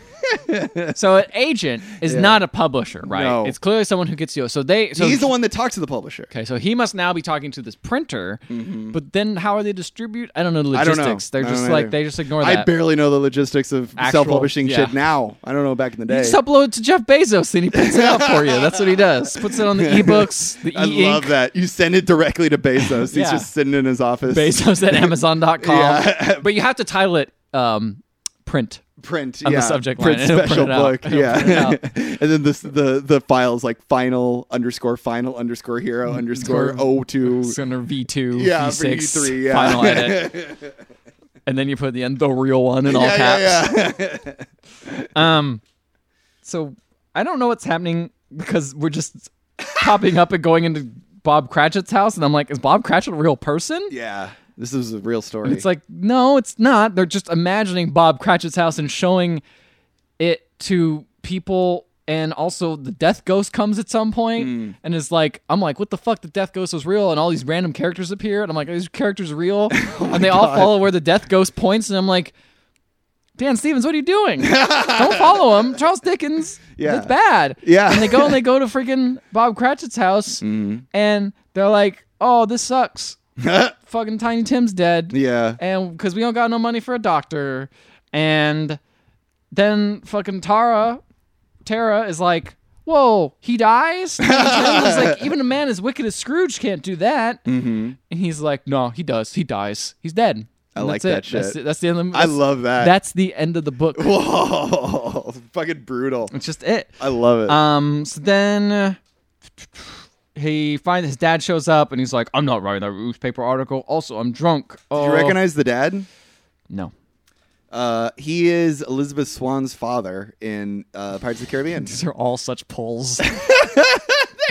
[SPEAKER 1] [laughs]
[SPEAKER 2] so an agent is not a publisher, right?
[SPEAKER 1] No.
[SPEAKER 2] It's clearly someone who gets you. So they. So
[SPEAKER 1] he's the one that talks to the publisher.
[SPEAKER 2] Okay, so he must now be talking to this printer, but then how are they distribute? I don't know the
[SPEAKER 1] Mm-hmm. I don't
[SPEAKER 2] logistics.
[SPEAKER 1] know. I
[SPEAKER 2] They're
[SPEAKER 1] don't
[SPEAKER 2] just
[SPEAKER 1] know
[SPEAKER 2] like
[SPEAKER 1] either.
[SPEAKER 2] they just ignore
[SPEAKER 1] I
[SPEAKER 2] that.
[SPEAKER 1] barely know the logistics of
[SPEAKER 2] Actual-
[SPEAKER 1] self-publishing
[SPEAKER 2] yeah.
[SPEAKER 1] shit now. I don't know back in the day.
[SPEAKER 2] Just upload it to Jeff Bezos, and he puts it
[SPEAKER 1] [laughs]
[SPEAKER 2] out for you. That's what he does. Puts it on the ebooks, the
[SPEAKER 1] I
[SPEAKER 2] e
[SPEAKER 1] love that. You send it directly to Bezos. He's
[SPEAKER 2] Yeah.
[SPEAKER 1] just sitting in his office. [laughs]
[SPEAKER 2] Bezos at Amazon.com.
[SPEAKER 1] Yeah.
[SPEAKER 2] But you have to title it um, print.
[SPEAKER 1] print
[SPEAKER 2] On the
[SPEAKER 1] yeah,
[SPEAKER 2] subject
[SPEAKER 1] print
[SPEAKER 2] line. It'll print
[SPEAKER 1] special
[SPEAKER 2] it out.
[SPEAKER 1] book
[SPEAKER 2] It'll print it
[SPEAKER 1] yeah
[SPEAKER 2] out.
[SPEAKER 1] [laughs] and then this the the files like final underscore final underscore
[SPEAKER 2] Mm,
[SPEAKER 1] hero underscore o two
[SPEAKER 2] Center V2,
[SPEAKER 1] Yeah, for
[SPEAKER 2] V6,
[SPEAKER 1] E3, yeah.
[SPEAKER 2] final edit.
[SPEAKER 1] [laughs]
[SPEAKER 2] and then you put the end, the real one in all
[SPEAKER 1] yeah,
[SPEAKER 2] caps.
[SPEAKER 1] yeah, yeah.
[SPEAKER 2] [laughs] Um, so I don't know what's happening because we're just popping up and going into Bob Cratchit's house, and I'm like, is Bob Cratchit a real person?
[SPEAKER 1] Yeah. this is a real story
[SPEAKER 2] It's like, no, it's not. They're just imagining Bob Cratchit's house and showing it to people. And also, the death ghost comes at some point
[SPEAKER 1] Hmm.
[SPEAKER 2] and is like, I'm like, what the fuck? The death ghost was real. And all these random characters appear. And I'm like, are these characters real?
[SPEAKER 1] [laughs] Oh
[SPEAKER 2] and they all follow where the death ghost points. And I'm like, Dan Stevens, what are
[SPEAKER 1] [laughs]
[SPEAKER 2] you doing? Don't follow him. Charles Dickens,
[SPEAKER 1] Yeah.
[SPEAKER 2] it's bad.
[SPEAKER 1] Yeah. Hmm.
[SPEAKER 2] And they go and they
[SPEAKER 1] [laughs]
[SPEAKER 2] go to freaking Bob Cratchit's house and they're like, oh,
[SPEAKER 1] [laughs]
[SPEAKER 2] this sucks. Fucking Tiny Tim's dead
[SPEAKER 1] yeah
[SPEAKER 2] and because we don't got no money for a doctor and then fucking tara tara is like whoa he dies And
[SPEAKER 1] [laughs]
[SPEAKER 2] Tara's like even a man as wicked as scrooge can't do that mm-hmm. and he's like no he does he dies he's dead
[SPEAKER 1] I
[SPEAKER 2] And
[SPEAKER 1] like
[SPEAKER 2] that's
[SPEAKER 1] that
[SPEAKER 2] it. That's,
[SPEAKER 1] shit.
[SPEAKER 2] it. that's the end. Of the,
[SPEAKER 1] i love that
[SPEAKER 2] That's the end of the book.
[SPEAKER 1] [laughs] whoa fucking brutal
[SPEAKER 2] It's just it.
[SPEAKER 1] i love it
[SPEAKER 2] Um. So then, uh, he finds his dad shows up and he's like, "I'm not writing that newspaper article. Also, I'm drunk." Oh,
[SPEAKER 1] Do you recognize the dad?
[SPEAKER 2] No.
[SPEAKER 1] Uh, he is Elizabeth Swann's father in uh, Pirates of the Caribbean.
[SPEAKER 2] These are all such
[SPEAKER 1] [laughs]
[SPEAKER 2] pulls.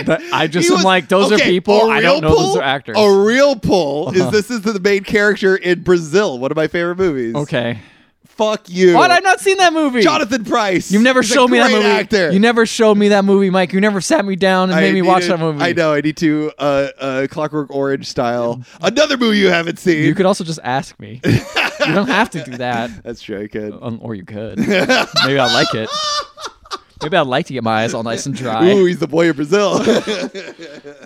[SPEAKER 2] but I just
[SPEAKER 1] He
[SPEAKER 2] am
[SPEAKER 1] was-
[SPEAKER 2] like, those are
[SPEAKER 1] okay,
[SPEAKER 2] people.
[SPEAKER 1] a
[SPEAKER 2] I
[SPEAKER 1] real
[SPEAKER 2] don't know those
[SPEAKER 1] pull-
[SPEAKER 2] are actors. Uh-huh.
[SPEAKER 1] A real pull is this is the main character in Brazil, one of my favorite movies.
[SPEAKER 2] okay.
[SPEAKER 1] Fuck you.
[SPEAKER 2] Why had I not seen that movie?
[SPEAKER 1] Jonathan Price.
[SPEAKER 2] You've never
[SPEAKER 1] He's a
[SPEAKER 2] showed me that
[SPEAKER 1] great
[SPEAKER 2] movie.
[SPEAKER 1] Actor.
[SPEAKER 2] You never showed me that movie, Mike. You never sat me down and
[SPEAKER 1] I
[SPEAKER 2] made me watch
[SPEAKER 1] needed-
[SPEAKER 2] that movie.
[SPEAKER 1] I know. I need to uh, uh, Clockwork Orange style. Another movie you haven't seen.
[SPEAKER 2] You could also just
[SPEAKER 1] [laughs]
[SPEAKER 2] ask me. you don't have to do that,
[SPEAKER 1] That's true. I could.
[SPEAKER 2] um, or you could. Maybe I
[SPEAKER 1] [laughs]
[SPEAKER 2] like it. Maybe I'd like to get my eyes all nice and dry.
[SPEAKER 1] Ooh, he's the boy of
[SPEAKER 2] [laughs]
[SPEAKER 1] Brazil.
[SPEAKER 2] I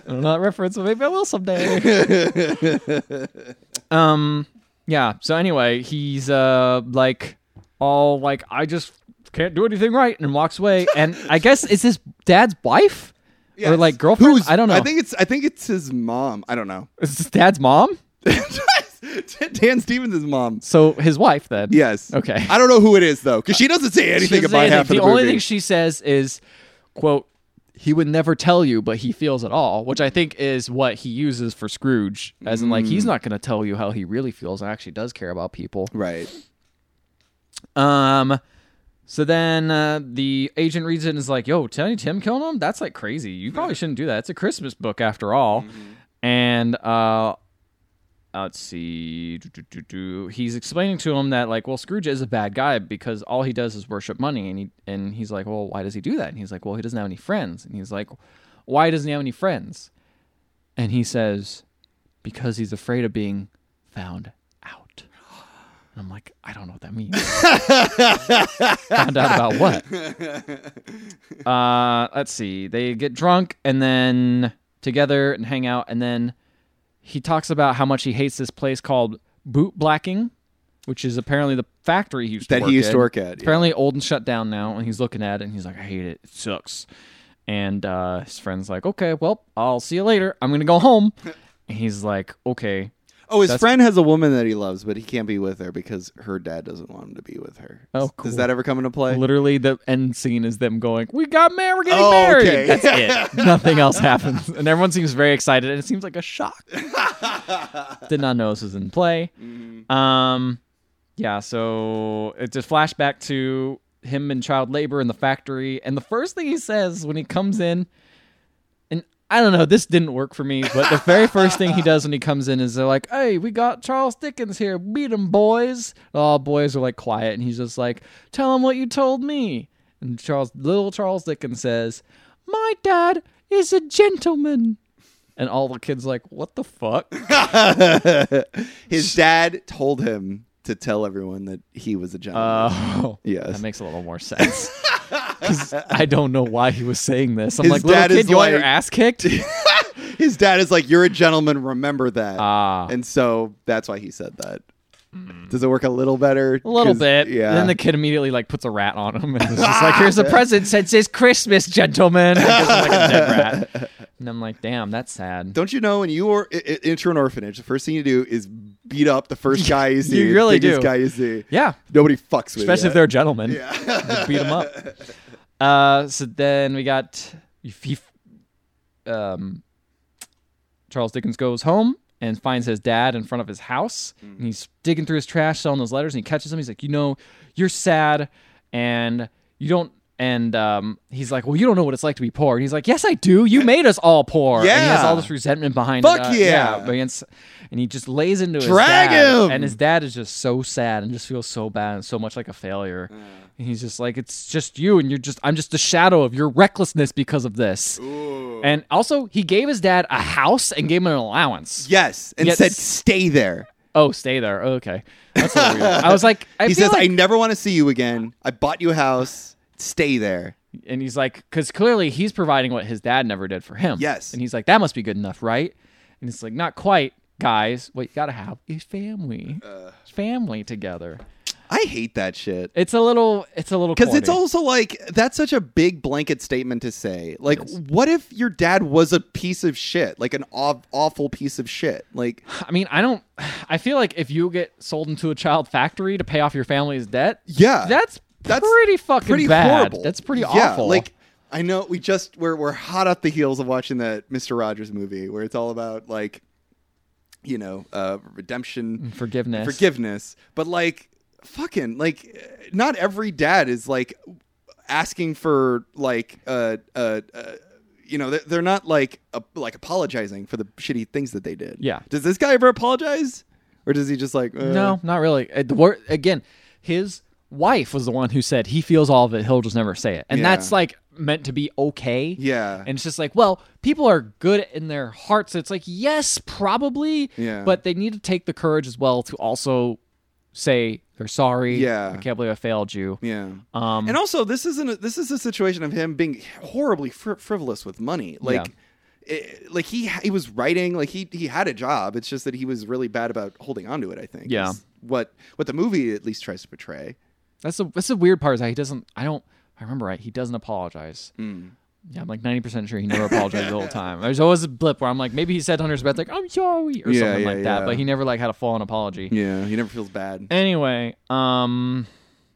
[SPEAKER 2] don't know that reference, but maybe I will someday.
[SPEAKER 1] [laughs]
[SPEAKER 2] um, yeah. So anyway, he's uh like all like I just can't do anything right, and
[SPEAKER 1] [laughs]
[SPEAKER 2] walks away. And I guess is his dad's wife or
[SPEAKER 1] Yes.
[SPEAKER 2] like girlfriend?
[SPEAKER 1] Who's-
[SPEAKER 2] I don't know.
[SPEAKER 1] I think it's. I think it's his mom. I don't know. [laughs]
[SPEAKER 2] it's his dad's mom.
[SPEAKER 1] Dan Stevens' mom.
[SPEAKER 2] So his wife then.
[SPEAKER 1] Yes.
[SPEAKER 2] Okay.
[SPEAKER 1] I don't know who it is though, because she doesn't say anything
[SPEAKER 2] She doesn't
[SPEAKER 1] about
[SPEAKER 2] say
[SPEAKER 1] half of
[SPEAKER 2] anything.
[SPEAKER 1] the,
[SPEAKER 2] only
[SPEAKER 1] movie.
[SPEAKER 2] thing she says is, "quote He would never tell you, but he feels it all," which I think is what he uses for Scrooge, as in like
[SPEAKER 1] Mm.
[SPEAKER 2] he's not going to tell you how he really feels and actually does care about people.
[SPEAKER 1] right.
[SPEAKER 2] Um. So then uh, the agent reads it and is like, "Yo, Tiny Tim killing him? That's like crazy. You probably shouldn't do that. It's a Christmas book after all." And uh, let's see, Do, do, do, do. he's explaining to him that like, well, Scrooge is a bad guy because all he does is worship money, and he and he's like, "Well, why does he do that?" And he's like, "Well, he doesn't have any friends." And he's like, "Why doesn't he have any friends?" And he says, "Because he's afraid of being found out." And I'm like, I don't know what
[SPEAKER 1] [laughs]
[SPEAKER 2] that means. Found out about what? Uh, let's see. They get drunk and then together and hang out, and then he talks about how much he hates this place called Boot Blacking, which is apparently the factory he used to
[SPEAKER 1] That
[SPEAKER 2] work
[SPEAKER 1] he used to
[SPEAKER 2] in.
[SPEAKER 1] work at.
[SPEAKER 2] It's apparently old and shut down now, and he's looking at it and he's like, I hate it. It sucks. And uh, his friend's like, Okay, well, I'll see you later. I'm gonna
[SPEAKER 1] [laughs]
[SPEAKER 2] go home. And he's like, Okay.
[SPEAKER 1] Oh, his
[SPEAKER 2] That's-
[SPEAKER 1] friend has a woman that he loves, but he can't be with her because her dad doesn't want him to be with her.
[SPEAKER 2] Oh,
[SPEAKER 1] Does-
[SPEAKER 2] cool.
[SPEAKER 1] Does that ever come into play?
[SPEAKER 2] Literally, the end scene is them going, "We got married, we're getting
[SPEAKER 1] Oh,
[SPEAKER 2] married."
[SPEAKER 1] okay.
[SPEAKER 2] That's
[SPEAKER 1] [laughs]
[SPEAKER 2] it. Nothing else happens, and everyone seems very excited, and it seems like
[SPEAKER 1] [laughs]
[SPEAKER 2] a shock. Did not know this was in play.
[SPEAKER 1] Mm-hmm.
[SPEAKER 2] Um, yeah. So it's a flashback to him in child labor in the factory, and the first thing he says when he comes in, and I don't know, this didn't work for me, but the very first thing he does when he comes in is they're like, "Hey, we got Charles Dickens here. Meet him, boys." And All boys are like quiet, and he's just like, "Tell him what you told me." And Charles, little Charles Dickens says, "My dad is a gentleman." And all the kids like, "What the fuck?" [laughs]
[SPEAKER 1] his dad told him to tell everyone that he was a gentleman.
[SPEAKER 2] Oh,
[SPEAKER 1] Yes.
[SPEAKER 2] that makes a little
[SPEAKER 1] [laughs]
[SPEAKER 2] more sense. [laughs] 'Cause I don't know why he was saying this. I'm
[SPEAKER 1] His
[SPEAKER 2] like, little
[SPEAKER 1] dad
[SPEAKER 2] kid,
[SPEAKER 1] is
[SPEAKER 2] you want your
[SPEAKER 1] like-
[SPEAKER 2] ass
[SPEAKER 1] [laughs]
[SPEAKER 2] kicked?
[SPEAKER 1] his dad is like, "You're a gentleman. Remember that."
[SPEAKER 2] Ah.
[SPEAKER 1] and so that's why he said that. Does it work a little better?
[SPEAKER 2] A little bit.
[SPEAKER 1] Yeah.
[SPEAKER 2] And then the kid immediately like puts a rat on him and is just like, here's the present since it's Christmas, gentlemen. And gives him, like a dead rat. And I'm like, damn, that's sad.
[SPEAKER 1] Don't you know when you are, i- i- enter an orphanage, the first thing you do is beat up the
[SPEAKER 2] [laughs]
[SPEAKER 1] first guy you see,
[SPEAKER 2] really
[SPEAKER 1] the biggest
[SPEAKER 2] do.
[SPEAKER 1] guy you see.
[SPEAKER 2] Yeah.
[SPEAKER 1] Nobody fucks with
[SPEAKER 2] Especially
[SPEAKER 1] you.
[SPEAKER 2] if they're gentlemen. Just beat them up. Uh, so then we got he- um, Charles Dickens goes home and finds his dad in front of his house,
[SPEAKER 1] Mm.
[SPEAKER 2] and he's digging through his trash, selling those letters, and he catches him. He's like, "You know, you're sad, and you don't." And um, he's like, "Well, you don't know what it's like to be poor." And he's like, "Yes, I do.
[SPEAKER 1] [laughs]
[SPEAKER 2] You made us all poor." And he has
[SPEAKER 1] Yeah.
[SPEAKER 2] all this resentment behind.
[SPEAKER 1] Fuck
[SPEAKER 2] it. Uh,
[SPEAKER 1] yeah.
[SPEAKER 2] yeah against- and he just lays into his
[SPEAKER 1] Drag
[SPEAKER 2] dad,
[SPEAKER 1] him!
[SPEAKER 2] and his dad is just so sad and just feels so bad and so much like a failure. And he's just like, it's just you, and you're just I'm just a shadow of your recklessness because of this. And also, he gave his dad a house and gave him an allowance.
[SPEAKER 1] yes, and
[SPEAKER 2] Yet-
[SPEAKER 1] said, "Stay there."
[SPEAKER 2] Oh, stay there. Oh, okay, that's a little weird. I was
[SPEAKER 1] [laughs]
[SPEAKER 2] like, I
[SPEAKER 1] He
[SPEAKER 2] feel
[SPEAKER 1] says,
[SPEAKER 2] like-
[SPEAKER 1] "I never want to see you again. I bought you a house. Stay there."
[SPEAKER 2] and he's like, because clearly he's providing what his dad never did for him.
[SPEAKER 1] Yes.
[SPEAKER 2] And he's like, that must be good enough, right? And it's like, not quite, guys. What you gotta have is family,
[SPEAKER 1] Uh.
[SPEAKER 2] family together.
[SPEAKER 1] I hate that shit.
[SPEAKER 2] It's a little. It's a little.
[SPEAKER 1] Because it's
[SPEAKER 2] corny.
[SPEAKER 1] also like that's such a big blanket statement to say. Like, what if your dad was a piece of shit, like an aw- awful piece of shit? Like,
[SPEAKER 2] I mean, I don't. [sighs] I feel like if you get sold into a child factory to pay off your family's debt,
[SPEAKER 1] yeah,
[SPEAKER 2] that's
[SPEAKER 1] That's
[SPEAKER 2] pretty fucking
[SPEAKER 1] pretty
[SPEAKER 2] bad.
[SPEAKER 1] horrible.
[SPEAKER 2] That's pretty
[SPEAKER 1] Yeah,
[SPEAKER 2] awful.
[SPEAKER 1] Like, I know we just we're we're hot off the heels of watching that Mister Rogers movie where it's all about like, you know, uh, redemption,
[SPEAKER 2] Mm. Forgiveness.
[SPEAKER 1] forgiveness, but like, fucking like, not every dad is like asking for like uh uh. uh you know, they're- they're not like uh, like apologizing for the shitty things that they did.
[SPEAKER 2] Yeah.
[SPEAKER 1] Does this guy ever apologize, or does he just like uh,
[SPEAKER 2] No, not really. Uh, The word again, his wife was the one who said he feels all of it. He'll just never say it, and
[SPEAKER 1] Yeah.
[SPEAKER 2] that's like meant to be okay.
[SPEAKER 1] Yeah.
[SPEAKER 2] and it's just like, well, people are good in their hearts. It's like, yes, probably.
[SPEAKER 1] Yeah.
[SPEAKER 2] but they need to take the courage as well to also say they're sorry.
[SPEAKER 1] Yeah.
[SPEAKER 2] I can't believe I failed you.
[SPEAKER 1] Yeah.
[SPEAKER 2] Um,
[SPEAKER 1] and also, this isn't. A, this is a situation of him being horribly fr- frivolous with money. Like, it- like he he was writing. Like he he had a job. It's just that he was really bad about holding on to it. I think.
[SPEAKER 2] Yeah.
[SPEAKER 1] is What what the movie at least tries to portray.
[SPEAKER 2] That's the that's the weird part is that he doesn't. I don't. if I remember right. He doesn't apologize.
[SPEAKER 1] Hmm.
[SPEAKER 2] Yeah, I'm like 90 percent sure he never apologized
[SPEAKER 1] [laughs]
[SPEAKER 2] the whole time. There's always a blip where I'm like, maybe he said Hunter's bad, like I'm sorry or
[SPEAKER 1] Yeah,
[SPEAKER 2] something
[SPEAKER 1] yeah,
[SPEAKER 2] like that,
[SPEAKER 1] yeah.
[SPEAKER 2] but he never like had a full on apology.
[SPEAKER 1] Yeah. He never feels bad.
[SPEAKER 2] Anyway, um,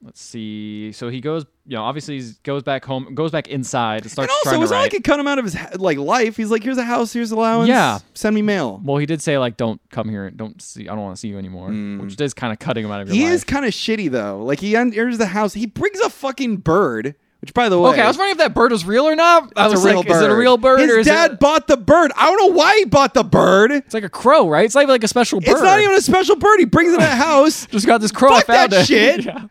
[SPEAKER 2] let's see. So he goes, you know, obviously he goes back home, goes back inside, and
[SPEAKER 1] And
[SPEAKER 2] starts
[SPEAKER 1] also,
[SPEAKER 2] trying
[SPEAKER 1] it's
[SPEAKER 2] to
[SPEAKER 1] not
[SPEAKER 2] write.
[SPEAKER 1] like it cut him out of his ha- like life. He's like, here's a house, here's allowance.
[SPEAKER 2] Yeah.
[SPEAKER 1] Send me mail.
[SPEAKER 2] well, he did say like, don't come here, don't see, I don't want to see you anymore, which is kind of cutting him out of your
[SPEAKER 1] Hmm. He
[SPEAKER 2] life.
[SPEAKER 1] is kind of shitty though. Like he enters the house. He brings a fucking bird. Which, by the way,
[SPEAKER 2] Okay, I was wondering if that bird was real or not. I
[SPEAKER 1] It's
[SPEAKER 2] was
[SPEAKER 1] a real
[SPEAKER 2] like,
[SPEAKER 1] bird.
[SPEAKER 2] is it a real bird
[SPEAKER 1] His
[SPEAKER 2] or is
[SPEAKER 1] dad
[SPEAKER 2] it?
[SPEAKER 1] bought the bird. I don't know why he bought the bird.
[SPEAKER 2] It's like a crow, right? It's not even like a special bird.
[SPEAKER 1] It's not even a special bird. He brings it
[SPEAKER 2] [laughs]
[SPEAKER 1] in the house.
[SPEAKER 2] Just got this crow.
[SPEAKER 1] Fuck
[SPEAKER 2] I found
[SPEAKER 1] that
[SPEAKER 2] it.
[SPEAKER 1] shit.
[SPEAKER 2] [laughs] Yeah.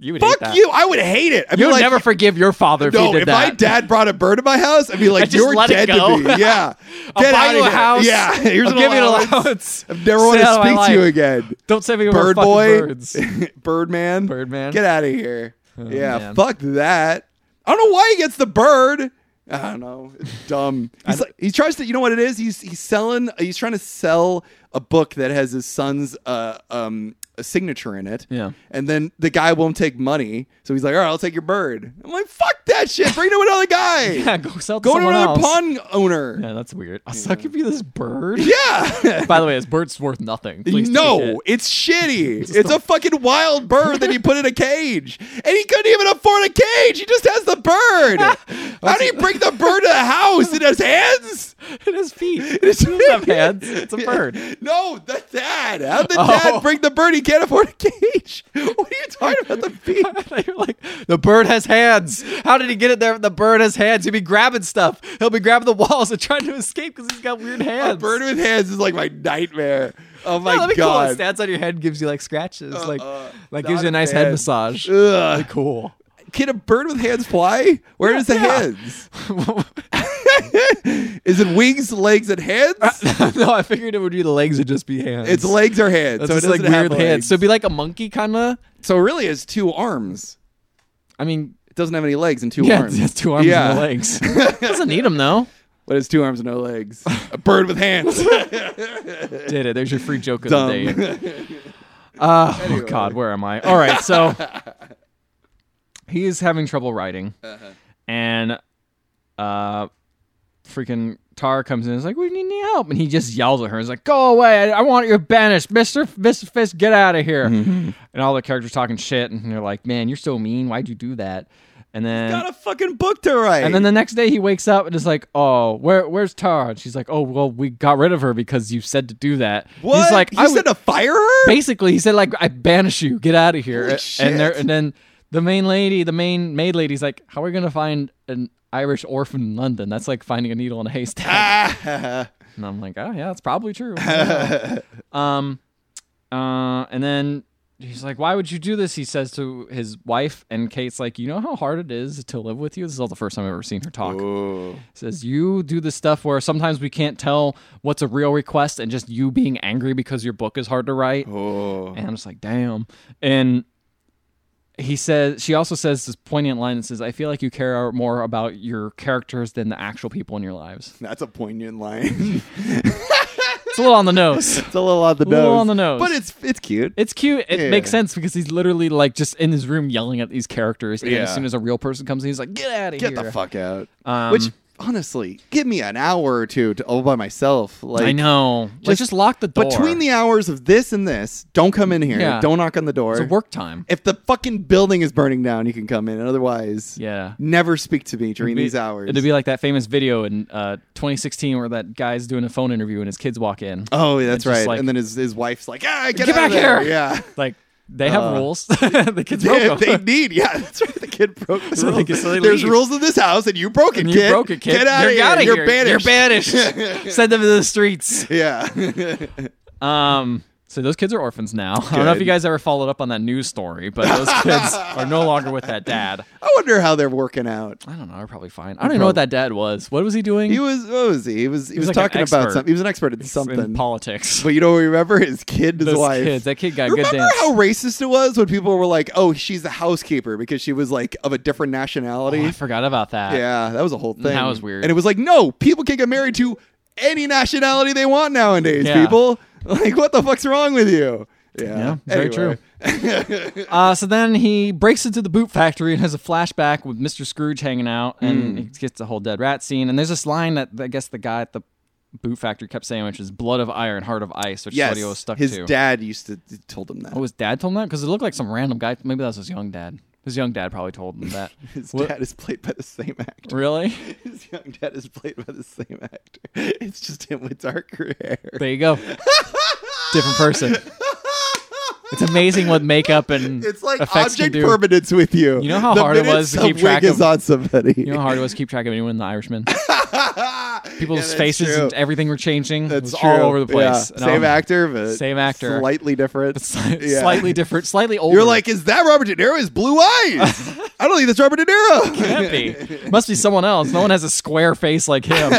[SPEAKER 2] You would hate
[SPEAKER 1] Fuck
[SPEAKER 2] that.
[SPEAKER 1] you. I would hate it. I'd be
[SPEAKER 2] You would
[SPEAKER 1] like,
[SPEAKER 2] never forgive your father if
[SPEAKER 1] no,
[SPEAKER 2] he did
[SPEAKER 1] if
[SPEAKER 2] that.
[SPEAKER 1] my dad brought a bird to my house,
[SPEAKER 2] [laughs]
[SPEAKER 1] I'd be like,
[SPEAKER 2] I'd just
[SPEAKER 1] you're
[SPEAKER 2] let it
[SPEAKER 1] dead to
[SPEAKER 2] go.
[SPEAKER 1] me. Yeah.
[SPEAKER 2] [laughs] I'll
[SPEAKER 1] Get
[SPEAKER 2] buy
[SPEAKER 1] out
[SPEAKER 2] you
[SPEAKER 1] of
[SPEAKER 2] a
[SPEAKER 1] here.
[SPEAKER 2] house. [laughs]
[SPEAKER 1] Yeah. [laughs] Here's
[SPEAKER 2] I'll
[SPEAKER 1] an
[SPEAKER 2] give you an
[SPEAKER 1] allowance.
[SPEAKER 2] allowance.
[SPEAKER 1] I never want
[SPEAKER 2] [laughs] Stay
[SPEAKER 1] to
[SPEAKER 2] out of my
[SPEAKER 1] speak to you
[SPEAKER 2] life.
[SPEAKER 1] again.
[SPEAKER 2] Don't send me over
[SPEAKER 1] Bird
[SPEAKER 2] fucking
[SPEAKER 1] boy. [laughs]
[SPEAKER 2] birds.
[SPEAKER 1] Birdman. Oh,
[SPEAKER 2] Birdman.
[SPEAKER 1] Get out of here. yeah.
[SPEAKER 2] man.
[SPEAKER 1] Fuck that. I don't know why he gets the bird. I don't know. It's dumb. [laughs] He's like, he tries to. You know what it is? He's he's selling. uh, He's trying to sell a book that has his son's uh um a signature in it.
[SPEAKER 2] Yeah.
[SPEAKER 1] And then the guy won't take money, so he's like, "All right, I'll take your bird." I'm like, "Fuck that shit. Bring it to another [laughs] guy.
[SPEAKER 2] Yeah, [laughs] go sell to
[SPEAKER 1] Go to
[SPEAKER 2] someone
[SPEAKER 1] another
[SPEAKER 2] else.
[SPEAKER 1] pawn owner."
[SPEAKER 2] Yeah, that's weird. I'll still give you this
[SPEAKER 1] [laughs]
[SPEAKER 2] bird.
[SPEAKER 1] yeah.
[SPEAKER 2] By the way, this bird's worth nothing. Please take
[SPEAKER 1] no,
[SPEAKER 2] it. [laughs]
[SPEAKER 1] it's shitty. it's a fucking wild bird that he put in a cage, and he couldn't even afford a cage. He just has the
[SPEAKER 2] [laughs]
[SPEAKER 1] bird. How do you bring the bird to the house? It has hands.
[SPEAKER 2] It has feet. It doesn't have hands. It's
[SPEAKER 1] [laughs]
[SPEAKER 2] a bird. Oh.
[SPEAKER 1] No, the dad. How did the dad bring the bird? He can't afford a cage. [laughs] What are you talking about? The
[SPEAKER 2] [laughs]
[SPEAKER 1] feet.
[SPEAKER 2] You're like, the bird has hands. How did he get it there? The bird has hands. He'll be grabbing stuff. He'll be grabbing the walls and trying to escape because he's got weird hands.
[SPEAKER 1] A bird with hands is like my nightmare. Oh my
[SPEAKER 2] Yeah, that'd be cool. It
[SPEAKER 1] god.
[SPEAKER 2] Stands on your head, and gives you like scratches, like
[SPEAKER 1] Uh-uh.
[SPEAKER 2] like
[SPEAKER 1] Not
[SPEAKER 2] gives you a nice
[SPEAKER 1] bad.
[SPEAKER 2] head
[SPEAKER 1] [laughs]
[SPEAKER 2] massage.
[SPEAKER 1] Ugh.
[SPEAKER 2] Cool. [laughs]
[SPEAKER 1] Can a bird with hands fly? Where does the
[SPEAKER 2] yeah.
[SPEAKER 1] hands? Is it wings, legs, and hands?
[SPEAKER 2] Uh, no, I figured it would be the legs would just be hands.
[SPEAKER 1] It's legs or hands.
[SPEAKER 2] That's
[SPEAKER 1] so it
[SPEAKER 2] just like
[SPEAKER 1] doesn't have
[SPEAKER 2] weird hands.
[SPEAKER 1] legs.
[SPEAKER 2] So it'd be like a monkey, kind of.
[SPEAKER 1] So really, it's two arms.
[SPEAKER 2] I mean,
[SPEAKER 1] It doesn't have any legs and two [laughs]
[SPEAKER 2] yeah, [laughs]
[SPEAKER 1] arms.
[SPEAKER 2] it has two arms
[SPEAKER 1] yeah.
[SPEAKER 2] and no
[SPEAKER 1] [laughs]
[SPEAKER 2] legs. Doesn't need them though.
[SPEAKER 1] But it's two arms and no legs. A bird with [laughs] hands.
[SPEAKER 2] Did it? There's your free joke of
[SPEAKER 1] Dumb.
[SPEAKER 2] the day. Uh, Oh God, where am I? All
[SPEAKER 1] [laughs]
[SPEAKER 2] right, so he is having trouble writing,
[SPEAKER 1] Uh-huh.
[SPEAKER 2] and uh, freaking Tar comes in. and is like, "We need any help," and he just yells at her. He's like, "Go away! I, I want you banished, Mister Mister Fisk. Get out
[SPEAKER 1] [laughs]
[SPEAKER 2] of here!" And all the characters talking shit, and they're like, "Man, you're so mean. Why'd you do that?" And then
[SPEAKER 1] Got a fucking book to write.
[SPEAKER 2] and then the next day he wakes up and is like, "Oh, where where's Tara?" And she's like, "Oh, well, we got rid of her because you said to do that."
[SPEAKER 1] what?
[SPEAKER 2] He's like,
[SPEAKER 1] you
[SPEAKER 2] I
[SPEAKER 1] said
[SPEAKER 2] would-
[SPEAKER 1] to fire her?
[SPEAKER 2] basically he said like, "I banish you. Get out of here."
[SPEAKER 1] Holy
[SPEAKER 2] and
[SPEAKER 1] shit.
[SPEAKER 2] there and then the main lady, the main maid lady's like, "How are we going to find an Irish orphan in London? That's like finding a needle in a haystack."
[SPEAKER 1] Ah.
[SPEAKER 2] and I'm like, "Oh, yeah, that's probably true."
[SPEAKER 1] [laughs]
[SPEAKER 2] um uh and then He's like, why would you do this? He says to his wife, and Kate's like, you know how hard it is to live with you. This is all the first time I've ever seen her talk
[SPEAKER 1] Ooh.
[SPEAKER 2] says you do the stuff where sometimes we can't tell what's a real request and just you being angry because your book is hard to write
[SPEAKER 1] Ooh.
[SPEAKER 2] and i'm just like damn and he says she also says this poignant line that says i feel like you care more about your characters than the actual people in your lives
[SPEAKER 1] That's a poignant [laughs] line.
[SPEAKER 2] it's a little on
[SPEAKER 1] [laughs]
[SPEAKER 2] the nose
[SPEAKER 1] it's a little on the nose.
[SPEAKER 2] little on the nose.
[SPEAKER 1] But it's it's cute.
[SPEAKER 2] it's cute it
[SPEAKER 1] Yeah.
[SPEAKER 2] makes sense because he's literally like just in his room yelling at these characters and
[SPEAKER 1] Yeah.
[SPEAKER 2] as soon as a real person comes in he's like get out of
[SPEAKER 1] Get
[SPEAKER 2] here
[SPEAKER 1] the fuck out.
[SPEAKER 2] Um,
[SPEAKER 1] Which honestly, give me an hour or two to all by myself. Like
[SPEAKER 2] I know. Just, like,
[SPEAKER 1] just-
[SPEAKER 2] just lock the door.
[SPEAKER 1] Between the hours of this and this, don't come in here.
[SPEAKER 2] Yeah.
[SPEAKER 1] Don't knock on the door.
[SPEAKER 2] it's a work time.
[SPEAKER 1] if the fucking building is burning down, you can come in. Otherwise,
[SPEAKER 2] Yeah.
[SPEAKER 1] never speak to me during
[SPEAKER 2] be-
[SPEAKER 1] these hours.
[SPEAKER 2] It'd be like that famous video in uh, 2016 where that guy's doing a phone interview and his kids walk in.
[SPEAKER 1] oh, that's
[SPEAKER 2] it's just
[SPEAKER 1] right.
[SPEAKER 2] like-
[SPEAKER 1] and then his, his wife's like, ah, get,
[SPEAKER 2] Get
[SPEAKER 1] out
[SPEAKER 2] back
[SPEAKER 1] of there."
[SPEAKER 2] here.
[SPEAKER 1] Yeah.
[SPEAKER 2] Like they have
[SPEAKER 1] Uh,
[SPEAKER 2] rules. [laughs] the kids [laughs] broke
[SPEAKER 1] Yeah, [laughs]
[SPEAKER 2] them.
[SPEAKER 1] they need. Yeah, that's right. The kid broke the
[SPEAKER 2] [laughs] So they
[SPEAKER 1] rules.
[SPEAKER 2] can- so they
[SPEAKER 1] There's
[SPEAKER 2] leave.
[SPEAKER 1] rules in this house, and you broke it.
[SPEAKER 2] And you
[SPEAKER 1] kid.
[SPEAKER 2] broke it, kid.
[SPEAKER 1] Get out of
[SPEAKER 2] You're
[SPEAKER 1] here.
[SPEAKER 2] outta
[SPEAKER 1] You're
[SPEAKER 2] here.
[SPEAKER 1] banished.
[SPEAKER 2] You're
[SPEAKER 1] [laughs]
[SPEAKER 2] banished. Send them to the streets.
[SPEAKER 1] yeah. [laughs]
[SPEAKER 2] Um, so those kids are orphans now. I don't know if
[SPEAKER 1] Good.
[SPEAKER 2] you guys ever followed up on that news story, but those
[SPEAKER 1] [laughs]
[SPEAKER 2] kids are no longer with that dad.
[SPEAKER 1] I wonder how they're working out.
[SPEAKER 2] I don't know. They're probably fine. I don't even know what that dad was. What was he doing?
[SPEAKER 1] He was. What was he? He was. He, was,
[SPEAKER 2] was like an
[SPEAKER 1] talking about
[SPEAKER 2] expert.
[SPEAKER 1] something. He was an expert in
[SPEAKER 2] in
[SPEAKER 1] something.
[SPEAKER 2] politics.
[SPEAKER 1] but you don't remember his kid, his
[SPEAKER 2] those
[SPEAKER 1] wife.
[SPEAKER 2] kids. That kid got a good
[SPEAKER 1] Remember
[SPEAKER 2] dance.
[SPEAKER 1] how racist it was when people were like, "Oh, she's the housekeeper because she was like of a different nationality."
[SPEAKER 2] Oh, I forgot about that.
[SPEAKER 1] yeah, that was a whole thing.
[SPEAKER 2] That was weird.
[SPEAKER 1] And it was like, no, people can get married to any nationality they want nowadays.
[SPEAKER 2] Yeah.
[SPEAKER 1] People, [laughs] like, what the fuck's wrong with you?
[SPEAKER 2] Yeah,
[SPEAKER 1] Yeah,
[SPEAKER 2] very
[SPEAKER 1] Anyway.
[SPEAKER 2] Uh, so then he breaks into the boot factory and has a flashback with Mr. Scrooge hanging out,
[SPEAKER 1] Hmm.
[SPEAKER 2] and he gets the whole dead rat scene. And there's this line that I guess the guy at the boot factory kept saying, which is "blood of iron, heart of ice," which is
[SPEAKER 1] Yes,
[SPEAKER 2] what he was stuck
[SPEAKER 1] his
[SPEAKER 2] to.
[SPEAKER 1] dad used to told him that.
[SPEAKER 2] Oh, his dad told him that because it looked like some random guy. Maybe that was his young dad. His young dad probably told him that.
[SPEAKER 1] [laughs] His
[SPEAKER 2] What-
[SPEAKER 1] dad is played by the same actor. [laughs]
[SPEAKER 2] Really?
[SPEAKER 1] His young dad is played by the same actor. It's just him with darker hair.
[SPEAKER 2] There you go. Different person. It's amazing what makeup
[SPEAKER 1] [laughs] [laughs]
[SPEAKER 2] and
[SPEAKER 1] It's like
[SPEAKER 2] effects can
[SPEAKER 1] object
[SPEAKER 2] do.
[SPEAKER 1] permanence with you.
[SPEAKER 2] You know how
[SPEAKER 1] The
[SPEAKER 2] hard it
[SPEAKER 1] minute
[SPEAKER 2] was to
[SPEAKER 1] some
[SPEAKER 2] keep track
[SPEAKER 1] wig
[SPEAKER 2] of-
[SPEAKER 1] is on somebody.
[SPEAKER 2] You know how hard it was to keep track of anyone in
[SPEAKER 1] [laughs]
[SPEAKER 2] The Irishman.
[SPEAKER 1] Yeah,
[SPEAKER 2] People's
[SPEAKER 1] that's
[SPEAKER 2] faces
[SPEAKER 1] true.
[SPEAKER 2] and everything were changing.
[SPEAKER 1] That's
[SPEAKER 2] it was all
[SPEAKER 1] true.
[SPEAKER 2] over the place.
[SPEAKER 1] Yeah.
[SPEAKER 2] And
[SPEAKER 1] Same
[SPEAKER 2] I'm [laughs]
[SPEAKER 1] actor, but
[SPEAKER 2] Same actor.
[SPEAKER 1] slightly different. Yeah.
[SPEAKER 2] Slightly different, slightly older.
[SPEAKER 1] [laughs] You're like, is that Robert De Niro? His blue
[SPEAKER 2] [laughs]
[SPEAKER 1] eyes. I don't think that's Robert De Niro.
[SPEAKER 2] can't be. Must be someone else. No one has a square face
[SPEAKER 1] [laughs]
[SPEAKER 2] like him.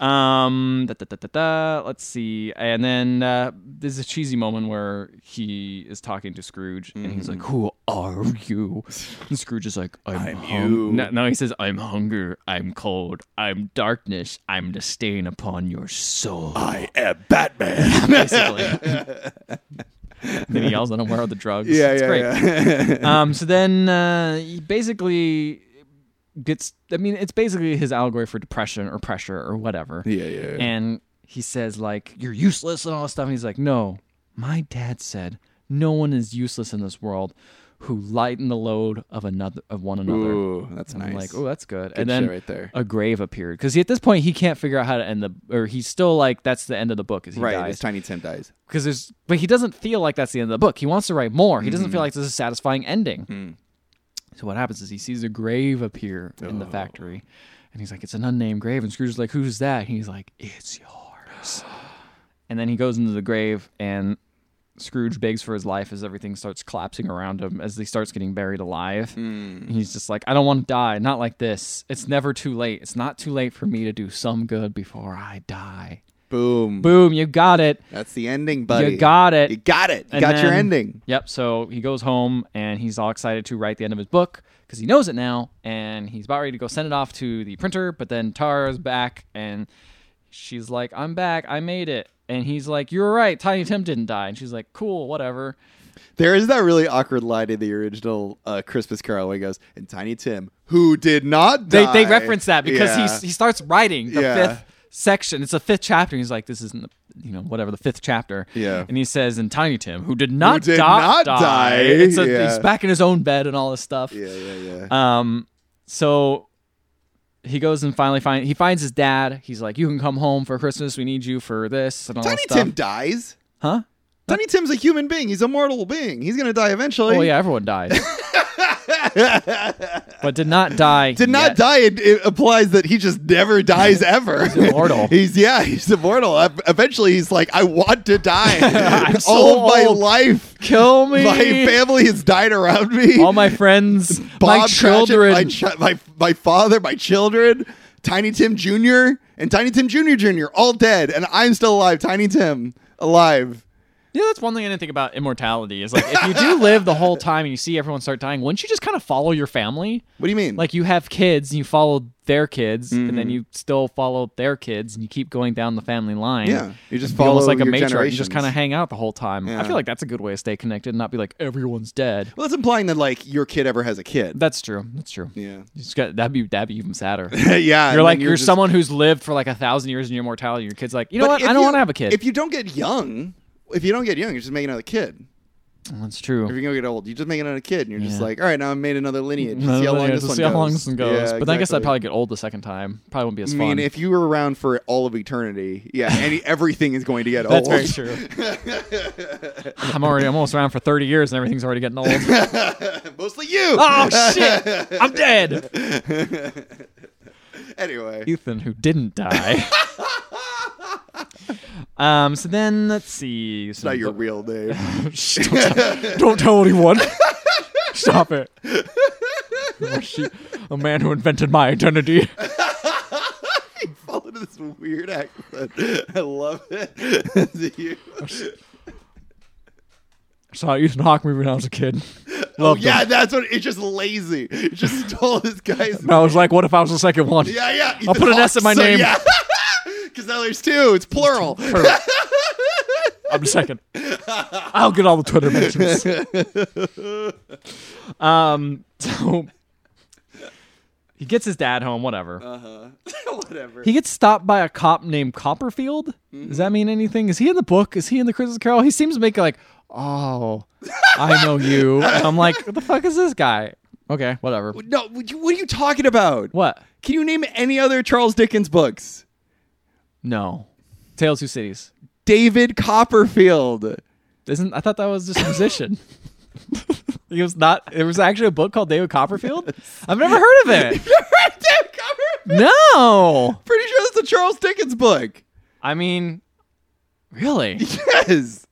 [SPEAKER 2] um, da, da, da, da, da. let's see. And then uh, there's a cheesy moment where he is talking to Scrooge, and he's
[SPEAKER 1] Mm-hmm.
[SPEAKER 2] like, "Who are you?" And Scrooge is like, "I'm, hung-
[SPEAKER 1] you."
[SPEAKER 2] No, no, he says, "I'm hunger. I'm cold. I'm darkness. I'm the stain upon your soul."
[SPEAKER 1] [laughs] I am Batman. [laughs]
[SPEAKER 2] Basically. then he yells at him, "Where are the drugs?"
[SPEAKER 1] yeah,
[SPEAKER 2] [laughs] it's
[SPEAKER 1] yeah,
[SPEAKER 2] great
[SPEAKER 1] yeah. [laughs]
[SPEAKER 2] um, so then uh, he basically gets. I mean, it's basically his allegory for depression or pressure or whatever.
[SPEAKER 1] Yeah, yeah, yeah.
[SPEAKER 2] And he says like, "You're useless" and all this stuff. And he's like, "No, my dad said no one is useless in this world who lighten the load of another of one another."
[SPEAKER 1] Ooh, that's
[SPEAKER 2] And
[SPEAKER 1] nice.
[SPEAKER 2] I'm like, oh, that's good.
[SPEAKER 1] shit
[SPEAKER 2] and then
[SPEAKER 1] right there.
[SPEAKER 2] a grave appeared because at this point he can't figure out how to end the, or he's still like, that's the end of the book. Is he
[SPEAKER 1] right,
[SPEAKER 2] dies
[SPEAKER 1] it's Tiny Tim dies.
[SPEAKER 2] because there's but he doesn't feel like that's the end of the book he wants to write more he
[SPEAKER 1] Mm.
[SPEAKER 2] doesn't feel like this is a satisfying ending
[SPEAKER 1] Hmm.
[SPEAKER 2] so what happens is he sees a grave appear in
[SPEAKER 1] Oh.
[SPEAKER 2] the factory and he's like it's an unnamed grave and scrooge is like who's that and he's like
[SPEAKER 1] [sighs]
[SPEAKER 2] it's yours and then he goes into the grave and scrooge begs for his life as everything starts collapsing around him as he starts getting buried alive
[SPEAKER 1] Hmm.
[SPEAKER 2] And he's just like i don't want to die not like this it's never too late it's not too late for me to do some good before i die
[SPEAKER 1] Boom.
[SPEAKER 2] boom you got it
[SPEAKER 1] That's the ending, buddy.
[SPEAKER 2] you got it
[SPEAKER 1] You got it. You
[SPEAKER 2] and
[SPEAKER 1] got your
[SPEAKER 2] then-
[SPEAKER 1] ending.
[SPEAKER 2] Yep. So he goes home and he's all excited to write the end of his book because he knows it now, and he's about ready to go send it off to the printer. But then Tara's back, and she's like, "I'm back. I made it." And he's like, "You're right. Tiny Tim didn't die." And she's like, "Cool, whatever."
[SPEAKER 1] There is that really awkward line in the original uh, Christmas Carol where he goes, and Tiny Tim, who did not
[SPEAKER 2] They
[SPEAKER 1] die.
[SPEAKER 2] they reference that because
[SPEAKER 1] Yeah.
[SPEAKER 2] he's he starts writing the
[SPEAKER 1] Yeah.
[SPEAKER 2] fifth section. It's the fifth chapter. He's like, "This isn't." The, you know, whatever the fifth chapter.
[SPEAKER 1] Yeah.
[SPEAKER 2] And he says, and Tiny Tim, who did not,
[SPEAKER 1] did
[SPEAKER 2] do-
[SPEAKER 1] not die."
[SPEAKER 2] It's a,
[SPEAKER 1] Yeah.
[SPEAKER 2] He's back in his own bed and all this stuff.
[SPEAKER 1] Yeah, yeah, yeah.
[SPEAKER 2] Um, so he goes and finally find he finds his dad. He's like, "You can come home for Christmas. We need you for this and all
[SPEAKER 1] Tiny
[SPEAKER 2] that stuff."
[SPEAKER 1] Tim dies.
[SPEAKER 2] huh?
[SPEAKER 1] Tiny Tim's a human being. He's a mortal being. He's gonna die eventually.
[SPEAKER 2] Oh yeah,
[SPEAKER 1] [laughs]
[SPEAKER 2] everyone died, but did not die.
[SPEAKER 1] Did not
[SPEAKER 2] yet.
[SPEAKER 1] die. It, it implies that he just never
[SPEAKER 2] [laughs]
[SPEAKER 1] dies ever. he's [laughs]
[SPEAKER 2] immortal.
[SPEAKER 1] he's yeah. He's immortal. E- Eventually, he's like, I want to die.
[SPEAKER 2] [laughs]
[SPEAKER 1] [laughs]
[SPEAKER 2] I'm so
[SPEAKER 1] All of my
[SPEAKER 2] old.
[SPEAKER 1] life,
[SPEAKER 2] Kill me.
[SPEAKER 1] my family has died around me.
[SPEAKER 2] all my friends,
[SPEAKER 1] [laughs] Bob
[SPEAKER 2] my
[SPEAKER 1] Cratchit,
[SPEAKER 2] children.
[SPEAKER 1] my, chi- my my father, my children, Tiny Tim Junior, and Tiny Tim Junior Junior, all dead, and I'm still alive. Tiny Tim alive.
[SPEAKER 2] Yeah, that's one thing I didn't think about immortality. Is like if you do live the whole time and you see everyone start dying, wouldn't you just kind of follow your family?
[SPEAKER 1] What do you mean?
[SPEAKER 2] Like you have kids and you follow their kids, and
[SPEAKER 1] Mm-hmm.
[SPEAKER 2] then you still follow their kids, and you keep going down the family line.
[SPEAKER 1] Yeah. You just
[SPEAKER 2] It'd be almost
[SPEAKER 1] follow
[SPEAKER 2] like a
[SPEAKER 1] your
[SPEAKER 2] matriarch. You just
[SPEAKER 1] generations.
[SPEAKER 2] kind of hang out the whole time.
[SPEAKER 1] Yeah.
[SPEAKER 2] I feel like that's a good way to stay connected and not be like everyone's dead.
[SPEAKER 1] well, that's implying that like your kid ever has a kid.
[SPEAKER 2] That's true. That's true.
[SPEAKER 1] Yeah. [laughs]
[SPEAKER 2] You just got, that'd be that'd be even sadder.
[SPEAKER 1] yeah.
[SPEAKER 2] You're like you're,
[SPEAKER 1] someone.
[SPEAKER 2] someone who's lived for like a thousand years in your mortality. Your kid's like, you know
[SPEAKER 1] But
[SPEAKER 2] what?
[SPEAKER 1] if
[SPEAKER 2] I don't
[SPEAKER 1] you-
[SPEAKER 2] want to have a kid.
[SPEAKER 1] If you don't get young, if you don't get young, you just make another kid.
[SPEAKER 2] that's true.
[SPEAKER 1] If you don't get old, you just make another kid, and you're just
[SPEAKER 2] Yeah.
[SPEAKER 1] like, all right, now I made another lineage.
[SPEAKER 2] No,
[SPEAKER 1] see how
[SPEAKER 2] no,
[SPEAKER 1] long
[SPEAKER 2] [laughs] yeah,
[SPEAKER 1] this
[SPEAKER 2] to
[SPEAKER 1] one
[SPEAKER 2] see
[SPEAKER 1] goes.
[SPEAKER 2] how long this one goes.
[SPEAKER 1] Yeah,
[SPEAKER 2] but then I guess I'd
[SPEAKER 1] exactly.
[SPEAKER 2] probably get old the second time. Probably won't be as
[SPEAKER 1] I
[SPEAKER 2] fun.
[SPEAKER 1] mean, if you were around for all of eternity, yeah, any everything is going to get
[SPEAKER 2] [laughs] That's
[SPEAKER 1] old.
[SPEAKER 2] very true. I'm already I'm almost around for 30 years and everything's already
[SPEAKER 1] [laughs]
[SPEAKER 2] getting old.
[SPEAKER 1] [laughs] Mostly you.
[SPEAKER 2] oh shit! I'm dead.
[SPEAKER 1] Anyway,
[SPEAKER 2] Ethan, who didn't die. um. So then let's see.
[SPEAKER 1] it's not
[SPEAKER 2] [laughs]
[SPEAKER 1] your real name. [laughs]
[SPEAKER 2] Shh, don't, [laughs] tell, don't tell anyone. Stop it. Oh, shit. a man who invented my identity.
[SPEAKER 1] Fall into this weird accent. [laughs] I love it. [laughs] Is it you?
[SPEAKER 2] Oh, Saw Ethan Hawke movie when I was a kid.
[SPEAKER 1] Oh,
[SPEAKER 2] Loved
[SPEAKER 1] yeah,
[SPEAKER 2] him.
[SPEAKER 1] that's what. It's just lazy. It just [laughs] stole this guy's
[SPEAKER 2] And I was like, what if I was the second one?
[SPEAKER 1] Yeah, yeah.
[SPEAKER 2] I'll put an S in my name.
[SPEAKER 1] [laughs] Because now there's two. It's plural.
[SPEAKER 2] I'm second. I'll get all the Twitter mentions.
[SPEAKER 1] [laughs]
[SPEAKER 2] um, so he gets his dad home. Whatever.
[SPEAKER 1] [laughs] Whatever.
[SPEAKER 2] He gets stopped by a cop named Copperfield. Does that mean anything? Is he in the book? Is he in the Christmas Carol? He seems to make like, oh, I know you. And I'm like, what the fuck is this guy? Okay, whatever.
[SPEAKER 1] No, what you- what are you talking about?
[SPEAKER 2] What?
[SPEAKER 1] Can you name any other Charles Dickens books?
[SPEAKER 2] No. Tales Two Cities.
[SPEAKER 1] David
[SPEAKER 2] Eh.
[SPEAKER 1] Copperfield.
[SPEAKER 2] Isn't I thought that was just a musician. [laughs] It was not. There was actually a book called David Copperfield. I've never heard of it.
[SPEAKER 1] [laughs] David Copperfield.
[SPEAKER 2] No.
[SPEAKER 1] Pretty sure that's a Charles Dickens book.
[SPEAKER 2] I mean, really?
[SPEAKER 1] Yes.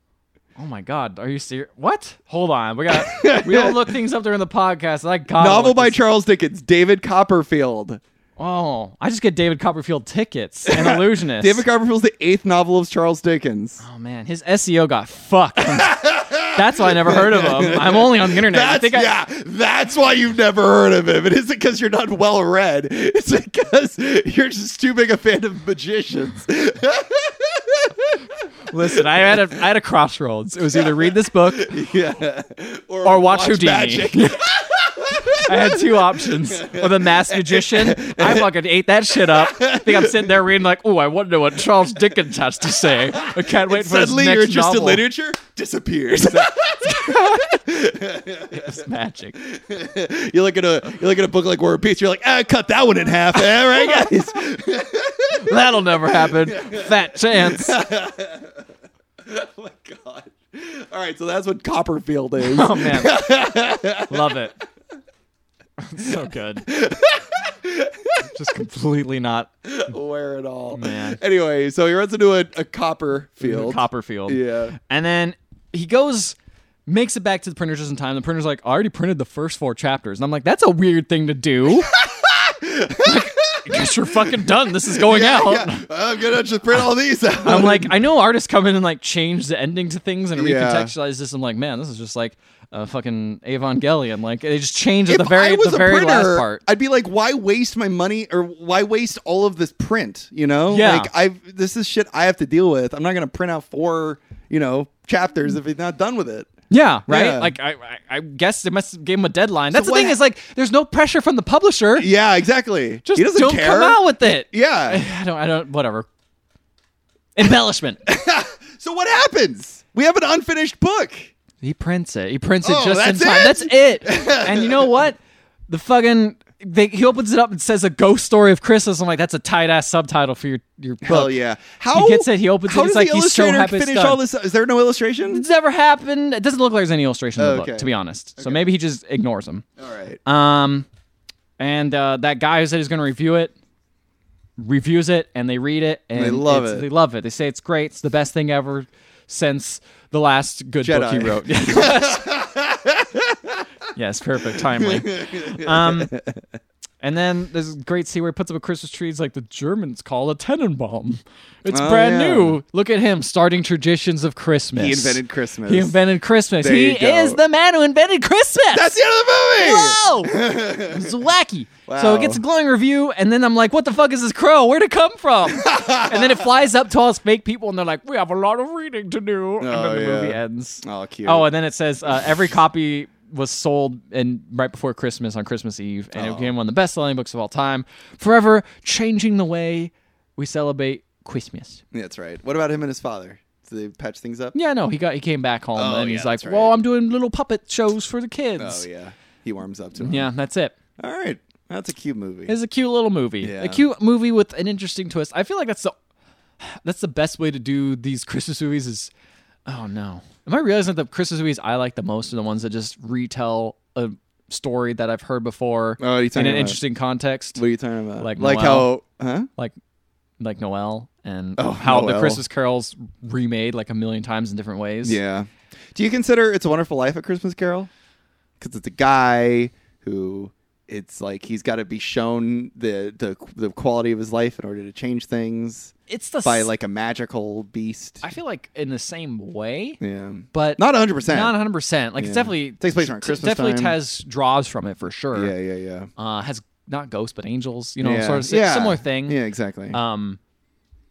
[SPEAKER 2] Oh my God. Are you serious? What? Hold on. We got. We don't look things up during the podcast. and I got
[SPEAKER 1] Novel by Charles Dickens. David Copperfield.
[SPEAKER 2] Oh, I just get David Copperfield tickets and
[SPEAKER 1] [laughs]
[SPEAKER 2] illusionists.
[SPEAKER 1] David Copperfield's the eighth novel of Charles Dickens.
[SPEAKER 2] oh man, his SEO
[SPEAKER 1] [laughs]
[SPEAKER 2] got fucked. That's why I never heard of him. I'm only on the internet. [laughs] I
[SPEAKER 1] That's
[SPEAKER 2] think I,
[SPEAKER 1] yeah. That's why you've never heard of him. It isn't because you're not well read. It's because you're just too big a fan of magicians. [laughs]
[SPEAKER 2] Listen, I had a I had a crossroads. It was either read this book
[SPEAKER 1] yeah.
[SPEAKER 2] or watch, Houdini. [laughs]
[SPEAKER 1] magic.
[SPEAKER 2] I had two options. Or the masked magician. I fucking ate that shit up. I think I'm sitting there reading like, oh, I wonder what Charles Dickens has to say. I can't wait for
[SPEAKER 1] Suddenly,
[SPEAKER 2] his next
[SPEAKER 1] your interest
[SPEAKER 2] novel.
[SPEAKER 1] in literature disappears. [laughs]
[SPEAKER 2] It's magic.
[SPEAKER 1] you look at a you look at a book like War and Peace. You're like, ah, cut that one in half. All right,
[SPEAKER 2] [laughs]
[SPEAKER 1] guys. [laughs] Oh
[SPEAKER 2] That'll never happen. Fat chance.
[SPEAKER 1] oh my god. All right, so that's what Copperfield
[SPEAKER 2] [laughs]
[SPEAKER 1] is. [laughs]
[SPEAKER 2] Oh man, love it. so good. Just completely not
[SPEAKER 1] Where it all.
[SPEAKER 2] Man.
[SPEAKER 1] Anyway, so he runs into a, a Copperfield.
[SPEAKER 2] Copperfield.
[SPEAKER 1] Yeah.
[SPEAKER 2] And then he goes, makes it back to the printer just in time. The printer's like, I already printed the first four chapters. And I'm like, that's a weird thing to do. Like, I guess you're fucking done. This is going out.
[SPEAKER 1] [laughs] Yeah, I'm gonna just print all these out.
[SPEAKER 2] I'm like, I know artists come in and like change the ending to things and
[SPEAKER 1] Yeah.
[SPEAKER 2] recontextualize this. I'm like, man, this is just like a fucking Evangelion. Like they just change at
[SPEAKER 1] if
[SPEAKER 2] the very
[SPEAKER 1] I was
[SPEAKER 2] the
[SPEAKER 1] a
[SPEAKER 2] very
[SPEAKER 1] printer,
[SPEAKER 2] last part.
[SPEAKER 1] I'd be like, why waste my money or why waste all of this print? You know,
[SPEAKER 2] Yeah.
[SPEAKER 1] Like I, this is shit I have to deal with. I'm not gonna print out four, you know, chapters if it's not done with it.
[SPEAKER 2] Yeah, right.
[SPEAKER 1] Yeah.
[SPEAKER 2] Like I, I, I guess they must have gave him a deadline. That's the
[SPEAKER 1] what
[SPEAKER 2] thing
[SPEAKER 1] ha-
[SPEAKER 2] is like, there's no pressure from the publisher.
[SPEAKER 1] Yeah, exactly.
[SPEAKER 2] Just
[SPEAKER 1] he doesn't
[SPEAKER 2] don't
[SPEAKER 1] care.
[SPEAKER 2] come out with it.
[SPEAKER 1] [laughs]
[SPEAKER 2] [laughs]
[SPEAKER 1] yeah.
[SPEAKER 2] [sighs] I don't. I don't. Whatever.
[SPEAKER 1] [laughs]
[SPEAKER 2] Embellishment.
[SPEAKER 1] So what happens? We have an unfinished book.
[SPEAKER 2] he prints it. He prints it
[SPEAKER 1] Oh,
[SPEAKER 2] just in
[SPEAKER 1] that's
[SPEAKER 2] time.
[SPEAKER 1] it?
[SPEAKER 2] That's
[SPEAKER 1] [laughs]
[SPEAKER 2] it. And you know what? The fucking. They, he opens it up and says a ghost story of Christmas. I'm like, that's a tight ass subtitle for your your book.
[SPEAKER 1] Hell yeah! How
[SPEAKER 2] gets it, he opens it,
[SPEAKER 1] how
[SPEAKER 2] he's
[SPEAKER 1] does
[SPEAKER 2] like,
[SPEAKER 1] the
[SPEAKER 2] he's so
[SPEAKER 1] illustrator
[SPEAKER 2] happy it's
[SPEAKER 1] Finish
[SPEAKER 2] done.
[SPEAKER 1] all this. Is there no illustration?
[SPEAKER 2] It's never happened. It doesn't look like there's any illustration in the
[SPEAKER 1] Okay.
[SPEAKER 2] book, to be honest. So maybe he just ignores them.
[SPEAKER 1] All right.
[SPEAKER 2] Um, and uh, that guy who said he's going to review it reviews it, and they read it, and
[SPEAKER 1] they love
[SPEAKER 2] it's-
[SPEAKER 1] it.
[SPEAKER 2] They love it. They say it's great. It's the best thing ever since the last good book he
[SPEAKER 1] Jedi. [laughs]
[SPEAKER 2] wrote.
[SPEAKER 1] [laughs]
[SPEAKER 2] yes, perfect, timely. Um, And then there's a great scene where he puts up a Christmas tree. It's like the Germans call a Tenenbaum. It's
[SPEAKER 1] Oh,
[SPEAKER 2] brand
[SPEAKER 1] yeah.
[SPEAKER 2] new. Look at him starting traditions of Christmas.
[SPEAKER 1] He invented Christmas.
[SPEAKER 2] He invented Christmas.
[SPEAKER 1] There
[SPEAKER 2] he
[SPEAKER 1] you go.
[SPEAKER 2] is the man who invented Christmas.
[SPEAKER 1] That's the end of the movie. [laughs]
[SPEAKER 2] Whoa! it's wacky. So
[SPEAKER 1] Wow.
[SPEAKER 2] it gets a glowing review, and then I'm like, what the fuck is this crow? Where'd it come
[SPEAKER 1] [laughs]
[SPEAKER 2] from? and then it flies up to all those fake people, and they're like, we have a lot of reading to do. and
[SPEAKER 1] Oh,
[SPEAKER 2] then the
[SPEAKER 1] yeah.
[SPEAKER 2] movie ends.
[SPEAKER 1] Oh, cute.
[SPEAKER 2] Oh, and then it says uh, every copy was sold and right before Christmas on Christmas Eve,
[SPEAKER 1] Oh.
[SPEAKER 2] and it became one of the best selling books of all time, forever changing the way we celebrate Christmas.
[SPEAKER 1] that's right. What about him and his father? Did they patch things up?
[SPEAKER 2] Yeah, no, he got he came back home
[SPEAKER 1] Oh,
[SPEAKER 2] and
[SPEAKER 1] yeah,
[SPEAKER 2] he's like,
[SPEAKER 1] that's right.
[SPEAKER 2] "Well, I'm doing little puppet shows for
[SPEAKER 1] Oh
[SPEAKER 2] the kids."
[SPEAKER 1] yeah, he warms up to him.
[SPEAKER 2] yeah, that's it.
[SPEAKER 1] All right, that's a cute movie.
[SPEAKER 2] It's a cute little movie.
[SPEAKER 1] Yeah.
[SPEAKER 2] A cute movie with an interesting twist. I feel like that's the that's the best way to do these Christmas movies is oh no. Am I realizing that the Christmas movies I like the most are the ones that just retell a story that I've heard before
[SPEAKER 1] Oh, what are you
[SPEAKER 2] in
[SPEAKER 1] talking
[SPEAKER 2] an
[SPEAKER 1] about?
[SPEAKER 2] interesting context?
[SPEAKER 1] what are you talking about?
[SPEAKER 2] Like
[SPEAKER 1] how? Huh?
[SPEAKER 2] Like like Noel and
[SPEAKER 1] Oh,
[SPEAKER 2] how the
[SPEAKER 1] Noel.
[SPEAKER 2] Christmas carols remade like a million times in different ways.
[SPEAKER 1] Yeah. Do you consider "It's a Wonderful Life" a Christmas Carol? Because it's a guy who it's like he's got to be shown the, the the quality of his life in order to change things
[SPEAKER 2] It's the
[SPEAKER 1] by
[SPEAKER 2] s-
[SPEAKER 1] like a magical beast.
[SPEAKER 2] I feel like in the same way,
[SPEAKER 1] yeah,
[SPEAKER 2] but
[SPEAKER 1] not hundred percent.
[SPEAKER 2] not 100%. Like it's
[SPEAKER 1] Yeah.
[SPEAKER 2] definitely
[SPEAKER 1] Takes place around Christmas
[SPEAKER 2] Definitely
[SPEAKER 1] time.
[SPEAKER 2] has draws from it for sure.
[SPEAKER 1] Yeah, yeah, yeah.
[SPEAKER 2] uh, has not ghosts but angels, you know,
[SPEAKER 1] yeah.
[SPEAKER 2] sort of si-
[SPEAKER 1] yeah.
[SPEAKER 2] similar thing.
[SPEAKER 1] Yeah, exactly.
[SPEAKER 2] Um,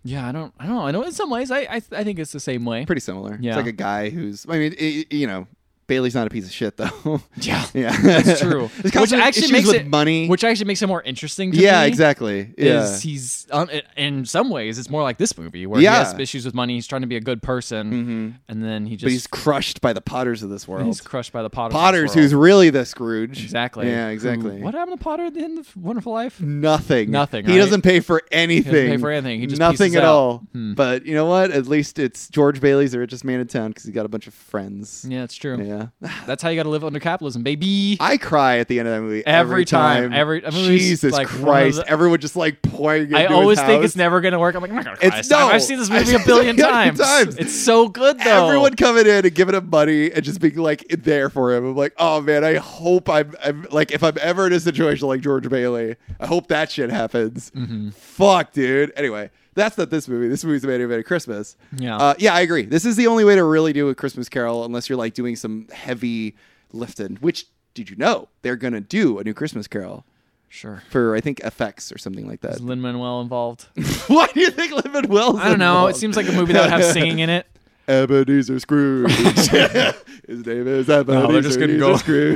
[SPEAKER 2] yeah, I don't, I don't know. I know in some ways, I, I, I think it's the same way.
[SPEAKER 1] Pretty similar.
[SPEAKER 2] yeah.
[SPEAKER 1] It's like a guy who's. I mean, it, you know, Bailey's not a piece of shit
[SPEAKER 2] [laughs]
[SPEAKER 1] though.
[SPEAKER 2] [laughs] yeah,
[SPEAKER 1] yeah,
[SPEAKER 2] that's true.
[SPEAKER 1] [laughs] It's constant issues with money.
[SPEAKER 2] which actually makes it more interesting. To
[SPEAKER 1] yeah,
[SPEAKER 2] me,
[SPEAKER 1] exactly. Yeah.
[SPEAKER 2] Is he's um, in some ways it's more like this movie where he
[SPEAKER 1] Yeah. Mm-hmm.
[SPEAKER 2] has issues with money. He's trying to be a good person, and then he
[SPEAKER 1] but he's
[SPEAKER 2] just
[SPEAKER 1] crushed by the Potters of this world.
[SPEAKER 2] he's crushed by the Potter.
[SPEAKER 1] Potter's who's really the Scrooge.
[SPEAKER 2] [laughs] exactly
[SPEAKER 1] Yeah,
[SPEAKER 2] who-
[SPEAKER 1] exactly.
[SPEAKER 2] what happened to Potter in the Wonderful
[SPEAKER 1] [laughs]
[SPEAKER 2] Life?
[SPEAKER 1] Nothing.
[SPEAKER 2] Nothing,
[SPEAKER 1] He
[SPEAKER 2] right?
[SPEAKER 1] doesn't pay for anything.
[SPEAKER 2] for anything. He just
[SPEAKER 1] nothing
[SPEAKER 2] pieces
[SPEAKER 1] at
[SPEAKER 2] out. Hmm.
[SPEAKER 1] all. But you know what? At least it's George Bailey's the richest man in town because he got a bunch of friends.
[SPEAKER 2] Yeah, it's true.
[SPEAKER 1] Yeah.
[SPEAKER 2] That's how you got to live under capitalism, baby.
[SPEAKER 1] I cry at the end of that movie
[SPEAKER 2] Every
[SPEAKER 1] every,
[SPEAKER 2] time, every- I mean, it's
[SPEAKER 1] Jesus
[SPEAKER 2] like one of
[SPEAKER 1] Christ!
[SPEAKER 2] the-
[SPEAKER 1] Everyone just like pouring.
[SPEAKER 2] I
[SPEAKER 1] into
[SPEAKER 2] always
[SPEAKER 1] his
[SPEAKER 2] think it's
[SPEAKER 1] house.
[SPEAKER 2] never going to work. I'm like, I'm not going to cry.
[SPEAKER 1] It's-
[SPEAKER 2] It's, time.
[SPEAKER 1] no.
[SPEAKER 2] I've
[SPEAKER 1] [laughs]
[SPEAKER 2] seen this
[SPEAKER 1] I've
[SPEAKER 2] movie
[SPEAKER 1] seen
[SPEAKER 2] a
[SPEAKER 1] it a
[SPEAKER 2] billion
[SPEAKER 1] billion
[SPEAKER 2] times.
[SPEAKER 1] times.
[SPEAKER 2] It's so good though.
[SPEAKER 1] Everyone coming in and giving him money and just being like there for him. I'm like, oh man, I hope I'm, I'm like if I'm ever in a situation like George Bailey, I hope that shit happens.
[SPEAKER 2] Mm-hmm.
[SPEAKER 1] Fuck, dude. Anyway, that's not this movie. This movie's about about Christmas.
[SPEAKER 2] Yeah.
[SPEAKER 1] uh, yeah, I agree. This is the only way to really do a Christmas Carol unless you're like doing some heavy lifting. Which did you know they're gonna do a new Christmas Carol
[SPEAKER 2] Sure.
[SPEAKER 1] for I think FX or something like that.
[SPEAKER 2] Is Lin Manuel involved?
[SPEAKER 1] [laughs] Why do you think Lin Wells?
[SPEAKER 2] I don't know. It seems like a movie that
[SPEAKER 1] [laughs]
[SPEAKER 2] would have singing in it.
[SPEAKER 1] Ebenezer
[SPEAKER 2] [laughs]
[SPEAKER 1] Scrooge. [laughs] His name is Ebenezer
[SPEAKER 2] No, they're just gonna
[SPEAKER 1] Ebenezer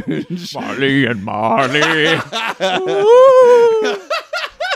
[SPEAKER 2] go- [laughs]
[SPEAKER 1] Scrooge.
[SPEAKER 2] Marley and Marley. [laughs]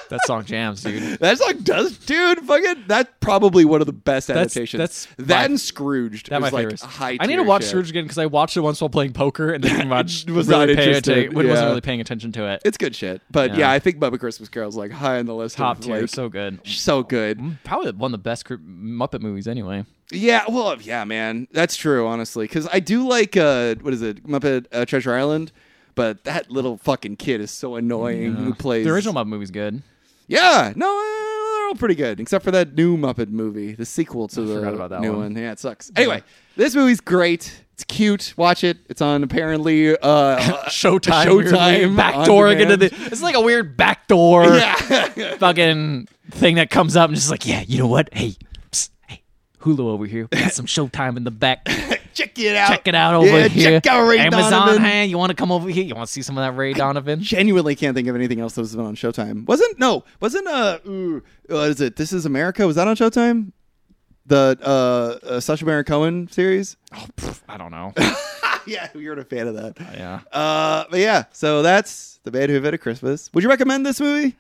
[SPEAKER 2] that song jams, dude.
[SPEAKER 1] That song does, dude. Fucking, that's probably one of the best
[SPEAKER 2] That's-
[SPEAKER 1] adaptations.
[SPEAKER 2] that's
[SPEAKER 1] that
[SPEAKER 2] my-
[SPEAKER 1] and Scrooged.
[SPEAKER 2] That
[SPEAKER 1] was
[SPEAKER 2] my
[SPEAKER 1] like
[SPEAKER 2] favorite.
[SPEAKER 1] high.
[SPEAKER 2] I need to
[SPEAKER 1] tier
[SPEAKER 2] watch
[SPEAKER 1] shit.
[SPEAKER 2] Scrooge again because I watched it once while playing poker
[SPEAKER 1] [laughs]
[SPEAKER 2] and didn't watch.
[SPEAKER 1] was
[SPEAKER 2] really
[SPEAKER 1] not
[SPEAKER 2] pay
[SPEAKER 1] interested,
[SPEAKER 2] atten- when- wasn't
[SPEAKER 1] yeah.
[SPEAKER 2] really paying attention to it.
[SPEAKER 1] It's good shit. But
[SPEAKER 2] Yeah.
[SPEAKER 1] yeah, I think Muppet Christmas Carol's like high on the list.
[SPEAKER 2] Top
[SPEAKER 1] of,
[SPEAKER 2] tier,
[SPEAKER 1] like,
[SPEAKER 2] so Mm-hmm. good.
[SPEAKER 1] so good.
[SPEAKER 2] Probably one of the best cr- Muppet movies, anyway.
[SPEAKER 1] Yeah, well, yeah, man, that's true, honestly. Because I do like uh, what is it, Muppet uh, Treasure Island, but that little fucking kid is so annoying. Who plays
[SPEAKER 2] The original Muppet movie's good.
[SPEAKER 1] Yeah, no, uh, they're all pretty good, except for that new Muppet movie, the sequel to the
[SPEAKER 2] forgot about that
[SPEAKER 1] new
[SPEAKER 2] one.
[SPEAKER 1] one. Yeah, it sucks. Anyway, this movie's great. It's cute. Watch it. It's on apparently [laughs] uh,
[SPEAKER 2] Showtime.
[SPEAKER 1] Showtime
[SPEAKER 2] weirdly
[SPEAKER 1] on
[SPEAKER 2] Backdooring into the.
[SPEAKER 1] demand.
[SPEAKER 2] It's like a weird backdoor
[SPEAKER 1] yeah,
[SPEAKER 2] fucking thing that comes up and just like, yeah, you know what? Hey, psst, hey, Hulu over here. We got some Showtime in the back.
[SPEAKER 1] check it out.
[SPEAKER 2] Check it out
[SPEAKER 1] [laughs]
[SPEAKER 2] over
[SPEAKER 1] yeah,
[SPEAKER 2] here.
[SPEAKER 1] Check out Ray
[SPEAKER 2] Amazon,
[SPEAKER 1] Donovan.
[SPEAKER 2] hey, you want to come over here? You want to see some of
[SPEAKER 1] [laughs]
[SPEAKER 2] that Ray Donovan?
[SPEAKER 1] Genuinely can't think of anything else that was on Showtime. Wasn't no? Wasn't uh? Ooh, what is it? This is America. Was that on Showtime? The uh, uh Sacha Baron Cohen series.
[SPEAKER 2] Oh, pff, I don't know.
[SPEAKER 1] [laughs] yeah, you're a fan of that.
[SPEAKER 2] Yeah.
[SPEAKER 1] Uh, but yeah, so that's the Bad Who Invented Christmas. Would you recommend this movie?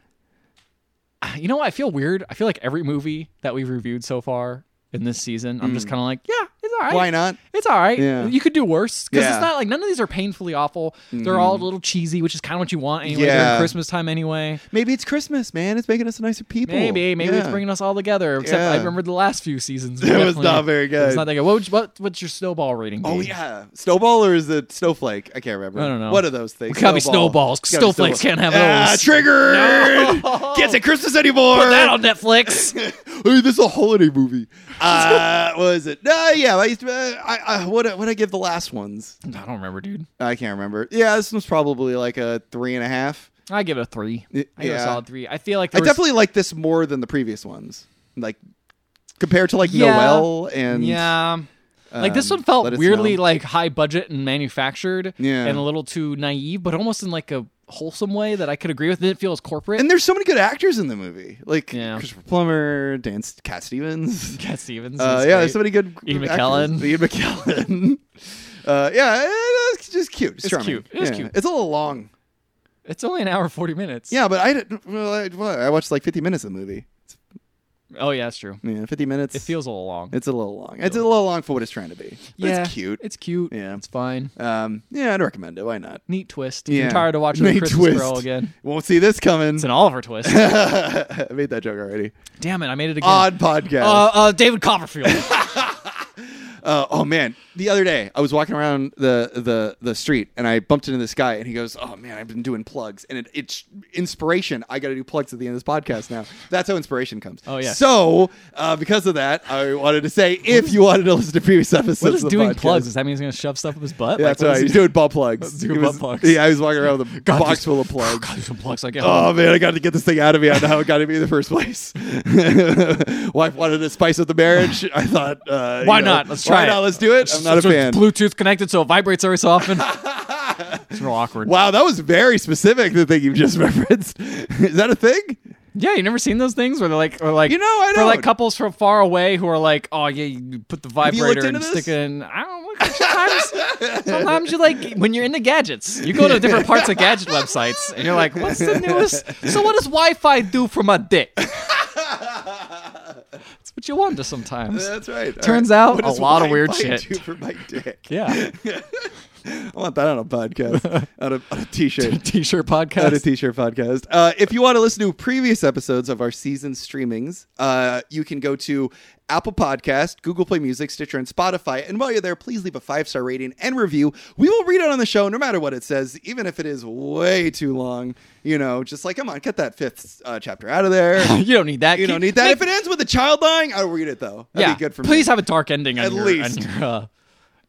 [SPEAKER 2] You know what? I feel weird. I feel like every movie that we've reviewed so far in this season, I'm just kind of like, yeah, it's all right.
[SPEAKER 1] Mm. Why not?
[SPEAKER 2] It's all right.
[SPEAKER 1] Yeah.
[SPEAKER 2] You could do worse because
[SPEAKER 1] Yeah. Mm-hmm.
[SPEAKER 2] it's not like none of these are painfully awful. They're all a little cheesy, which is kind of what you want anyway during
[SPEAKER 1] Yeah.
[SPEAKER 2] Christmas time anyway.
[SPEAKER 1] Maybe it's Christmas, man. It's making us nicer people.
[SPEAKER 2] Maybe, maybe it's
[SPEAKER 1] Yeah.
[SPEAKER 2] bringing us all together. Except
[SPEAKER 1] Yeah.
[SPEAKER 2] I remember the last few seasons.
[SPEAKER 1] [laughs] It was
[SPEAKER 2] definitely-
[SPEAKER 1] not very
[SPEAKER 2] It was
[SPEAKER 1] good.
[SPEAKER 2] not that good. What would you- what- what's your snowball rating?
[SPEAKER 1] Oh
[SPEAKER 2] be?
[SPEAKER 1] yeah, snowball or is it snowflake? I can't remember.
[SPEAKER 2] I don't know.
[SPEAKER 1] What are those things?
[SPEAKER 2] It's gotta be snowballs, 'cause
[SPEAKER 1] It's gotta be
[SPEAKER 2] snowflakes
[SPEAKER 1] snowball-
[SPEAKER 2] can't have
[SPEAKER 1] Ah,
[SPEAKER 2] those.
[SPEAKER 1] triggered.
[SPEAKER 2] No.
[SPEAKER 1] [laughs] Can't say Christmas anymore. [laughs]
[SPEAKER 2] Put that on Netflix.
[SPEAKER 1] Hey, this is a holiday movie. Uh, what is it? No, yeah. I used to. Uh, I, I what what I give the last ones?
[SPEAKER 2] I don't remember, dude.
[SPEAKER 1] I can't remember. Yeah, this one's probably like a three and a half.
[SPEAKER 2] I give it a three.
[SPEAKER 1] Y-
[SPEAKER 2] I give it a
[SPEAKER 1] yeah.
[SPEAKER 2] solid three. I feel like
[SPEAKER 1] I
[SPEAKER 2] there was-
[SPEAKER 1] definitely like this more than the previous ones. Like compared to like
[SPEAKER 2] Yeah.
[SPEAKER 1] Noel and
[SPEAKER 2] yeah. Like this
[SPEAKER 1] um,
[SPEAKER 2] one felt
[SPEAKER 1] Let It
[SPEAKER 2] weirdly
[SPEAKER 1] Snow.
[SPEAKER 2] like high budget and manufactured,
[SPEAKER 1] Yeah.
[SPEAKER 2] and a little too naive, but almost in like a wholesome way that I could agree with. It didn't feel as corporate. [laughs]
[SPEAKER 1] And there's so many good actors in the movie, like
[SPEAKER 2] Yeah.
[SPEAKER 1] Christopher Plummer, Dan S- Cat
[SPEAKER 2] [laughs]
[SPEAKER 1] Stevens.
[SPEAKER 2] Cat Stevens,
[SPEAKER 1] Uh,
[SPEAKER 2] is
[SPEAKER 1] yeah,
[SPEAKER 2] great.
[SPEAKER 1] there's so many good
[SPEAKER 2] Ian
[SPEAKER 1] actors.
[SPEAKER 2] McKellen.
[SPEAKER 1] Ian McKellen. [laughs] Uh, yeah, eh, it's just cute. It's,
[SPEAKER 2] It's
[SPEAKER 1] charming.
[SPEAKER 2] cute. It is
[SPEAKER 1] Yeah.
[SPEAKER 2] cute.
[SPEAKER 1] It's a little long.
[SPEAKER 2] it's only an hour forty minutes.
[SPEAKER 1] Yeah, but I didn't. Well, I, what, I watched like 50 minutes of the movie. It's,
[SPEAKER 2] Oh yeah, that's true.
[SPEAKER 1] yeah, 50 minutes.
[SPEAKER 2] It feels a little long.
[SPEAKER 1] It's a little long. It's a little long for what it's trying to be. But
[SPEAKER 2] yeah,
[SPEAKER 1] it's cute.
[SPEAKER 2] It's cute.
[SPEAKER 1] Yeah.
[SPEAKER 2] it's fine.
[SPEAKER 1] Um, yeah, I'd recommend it. Why not?
[SPEAKER 2] Neat twist.
[SPEAKER 1] Yeah.
[SPEAKER 2] I'm tired of watching the
[SPEAKER 1] Neat
[SPEAKER 2] Christmas
[SPEAKER 1] twist.
[SPEAKER 2] Carol again.
[SPEAKER 1] Won't see this coming.
[SPEAKER 2] It's an
[SPEAKER 1] [laughs]
[SPEAKER 2] Oliver twist.
[SPEAKER 1] I made that joke already.
[SPEAKER 2] Damn it, I made it again.
[SPEAKER 1] Odd podcast.
[SPEAKER 2] uh, uh, David
[SPEAKER 1] [laughs]
[SPEAKER 2] Copperfield.
[SPEAKER 1] Uh, oh man, the other day I was walking around the the the street and I bumped into this guy and he goes, "Oh man, I've been doing plugs and it, it's inspiration. I got to do plugs at the end of this podcast now. That's how inspiration comes.
[SPEAKER 2] Oh, yeah.
[SPEAKER 1] So uh, because of that, I wanted to say if you wanted to listen to previous episodes,
[SPEAKER 2] what is
[SPEAKER 1] of the
[SPEAKER 2] doing
[SPEAKER 1] podcast-
[SPEAKER 2] plugs? Does that mean he's gonna shove stuff up his butt?
[SPEAKER 1] Yeah,
[SPEAKER 2] Like,
[SPEAKER 1] that's
[SPEAKER 2] what
[SPEAKER 1] right.
[SPEAKER 2] is
[SPEAKER 1] He's doing butt plugs.
[SPEAKER 2] Doing
[SPEAKER 1] He
[SPEAKER 2] butt
[SPEAKER 1] was-
[SPEAKER 2] plugs.
[SPEAKER 1] Yeah, I was walking around with a
[SPEAKER 2] [laughs] God,
[SPEAKER 1] box
[SPEAKER 2] just-
[SPEAKER 1] full of plugs.
[SPEAKER 2] God, some plugs. I get
[SPEAKER 1] Oh man, I got to get this thing out of me. I don't know how it got to me in the first place. [laughs] Wife wanted to spice up the marriage. I thought, uh,
[SPEAKER 2] Why
[SPEAKER 1] you know,
[SPEAKER 2] not? Let's
[SPEAKER 1] why
[SPEAKER 2] try it.
[SPEAKER 1] not? Let's do it. I'm not a
[SPEAKER 2] So
[SPEAKER 1] fan.
[SPEAKER 2] It's Bluetooth connected, so it vibrates every
[SPEAKER 1] [laughs]
[SPEAKER 2] so often. it's real awkward.
[SPEAKER 1] Wow, that was very specific. The thing you've just [laughs] referenced is that a thing?
[SPEAKER 2] Yeah, you never seen those things where they're like, or like,
[SPEAKER 1] You know, I
[SPEAKER 2] for like
[SPEAKER 1] don't.
[SPEAKER 2] couples from far away who are like, oh yeah, you put the
[SPEAKER 1] you
[SPEAKER 2] vibrator
[SPEAKER 1] looked
[SPEAKER 2] and
[SPEAKER 1] into
[SPEAKER 2] stick
[SPEAKER 1] this?
[SPEAKER 2] it in. I don't know.
[SPEAKER 1] [laughs]
[SPEAKER 2] Sometimes, sometimes you like when you're into gadgets, you go to different parts of gadget websites, and you're like, what's the newest? So what does Wi-Fi do for
[SPEAKER 1] [laughs]
[SPEAKER 2] my dick? That's what you wonder sometimes.
[SPEAKER 1] That's right. All
[SPEAKER 2] Turns
[SPEAKER 1] right.
[SPEAKER 2] out
[SPEAKER 1] What
[SPEAKER 2] a
[SPEAKER 1] does
[SPEAKER 2] lot of weird
[SPEAKER 1] Wi-Fi
[SPEAKER 2] shit.
[SPEAKER 1] do for my dick?
[SPEAKER 2] Yeah, [laughs]
[SPEAKER 1] I want that on a podcast, on a, on a t-shirt.
[SPEAKER 2] t-shirt
[SPEAKER 1] At a
[SPEAKER 2] podcast.
[SPEAKER 1] t-shirt podcast. Uh, if you want to listen to previous episodes of our season streamings, uh, you can go to Apple Podcast, Google Play Music, Stitcher, and Spotify. And while you're there, please leave a five star rating and review. We will read it on the show, no matter what it says, even if it is way too long. You know, just like come on, get that fifth uh, chapter out of there.
[SPEAKER 2] [laughs] [laughs] you don't need that.
[SPEAKER 1] You
[SPEAKER 2] Keep-
[SPEAKER 1] don't need that.
[SPEAKER 2] make-
[SPEAKER 1] If it ends with a child dying, I'll read it though. That'd be good for
[SPEAKER 2] please
[SPEAKER 1] me.
[SPEAKER 2] have a dark ending on
[SPEAKER 1] At
[SPEAKER 2] your,
[SPEAKER 1] least.
[SPEAKER 2] on your uh,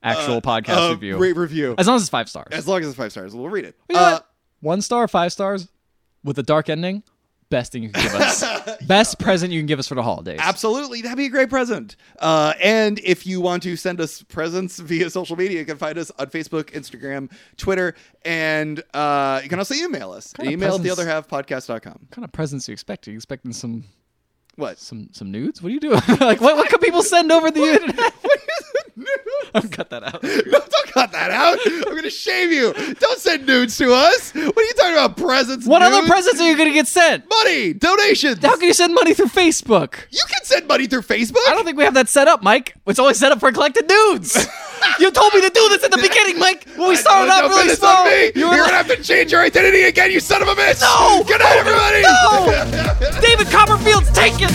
[SPEAKER 2] actual podcast
[SPEAKER 1] Uh,
[SPEAKER 2] review.
[SPEAKER 1] Rate review. As,
[SPEAKER 2] as long as it's five stars.
[SPEAKER 1] long as it's five stars, we'll read it.
[SPEAKER 2] You know
[SPEAKER 1] Uh,
[SPEAKER 2] what? One star, five stars, with a dark ending. Best thing you can
[SPEAKER 1] [laughs]
[SPEAKER 2] give us. Best present you can give us for the holidays.
[SPEAKER 1] Absolutely. That'd be a great present. Uh, and if you want to send us presents via social media, you can find us on Facebook, Instagram, Twitter, and uh, you can also email us.
[SPEAKER 2] of
[SPEAKER 1] Email at the
[SPEAKER 2] presents-
[SPEAKER 1] other half podcast.com.
[SPEAKER 2] What kind of presents you expect? Are you expecting some
[SPEAKER 1] What? [laughs]
[SPEAKER 2] some some nudes? What are you doing? [laughs] like what what can people send over
[SPEAKER 1] [laughs]
[SPEAKER 2] the internet? I've cut that out.
[SPEAKER 1] No, don't cut that out. I'm going to shame you. Don't send nudes to us. What are you talking about? Presents?
[SPEAKER 2] What other
[SPEAKER 1] nudes?
[SPEAKER 2] presents are you gonna get sent?
[SPEAKER 1] Money, donations.
[SPEAKER 2] How can you send money through Facebook?
[SPEAKER 1] you can send money through Facebook.
[SPEAKER 2] I don't think we have that set up, Mike. It's always set up for collected
[SPEAKER 1] [laughs]
[SPEAKER 2] nudes. you told me to do this at the beginning, Mike. When we started
[SPEAKER 1] No,
[SPEAKER 2] out
[SPEAKER 1] no,
[SPEAKER 2] really
[SPEAKER 1] this on
[SPEAKER 2] slow,
[SPEAKER 1] me.
[SPEAKER 2] you
[SPEAKER 1] You're
[SPEAKER 2] were
[SPEAKER 1] going to
[SPEAKER 2] like,
[SPEAKER 1] have to change your identity again, you son of a bitch.
[SPEAKER 2] No. Oh,
[SPEAKER 1] [laughs] Good night, everybody.
[SPEAKER 2] "No, David Copperfield's taken."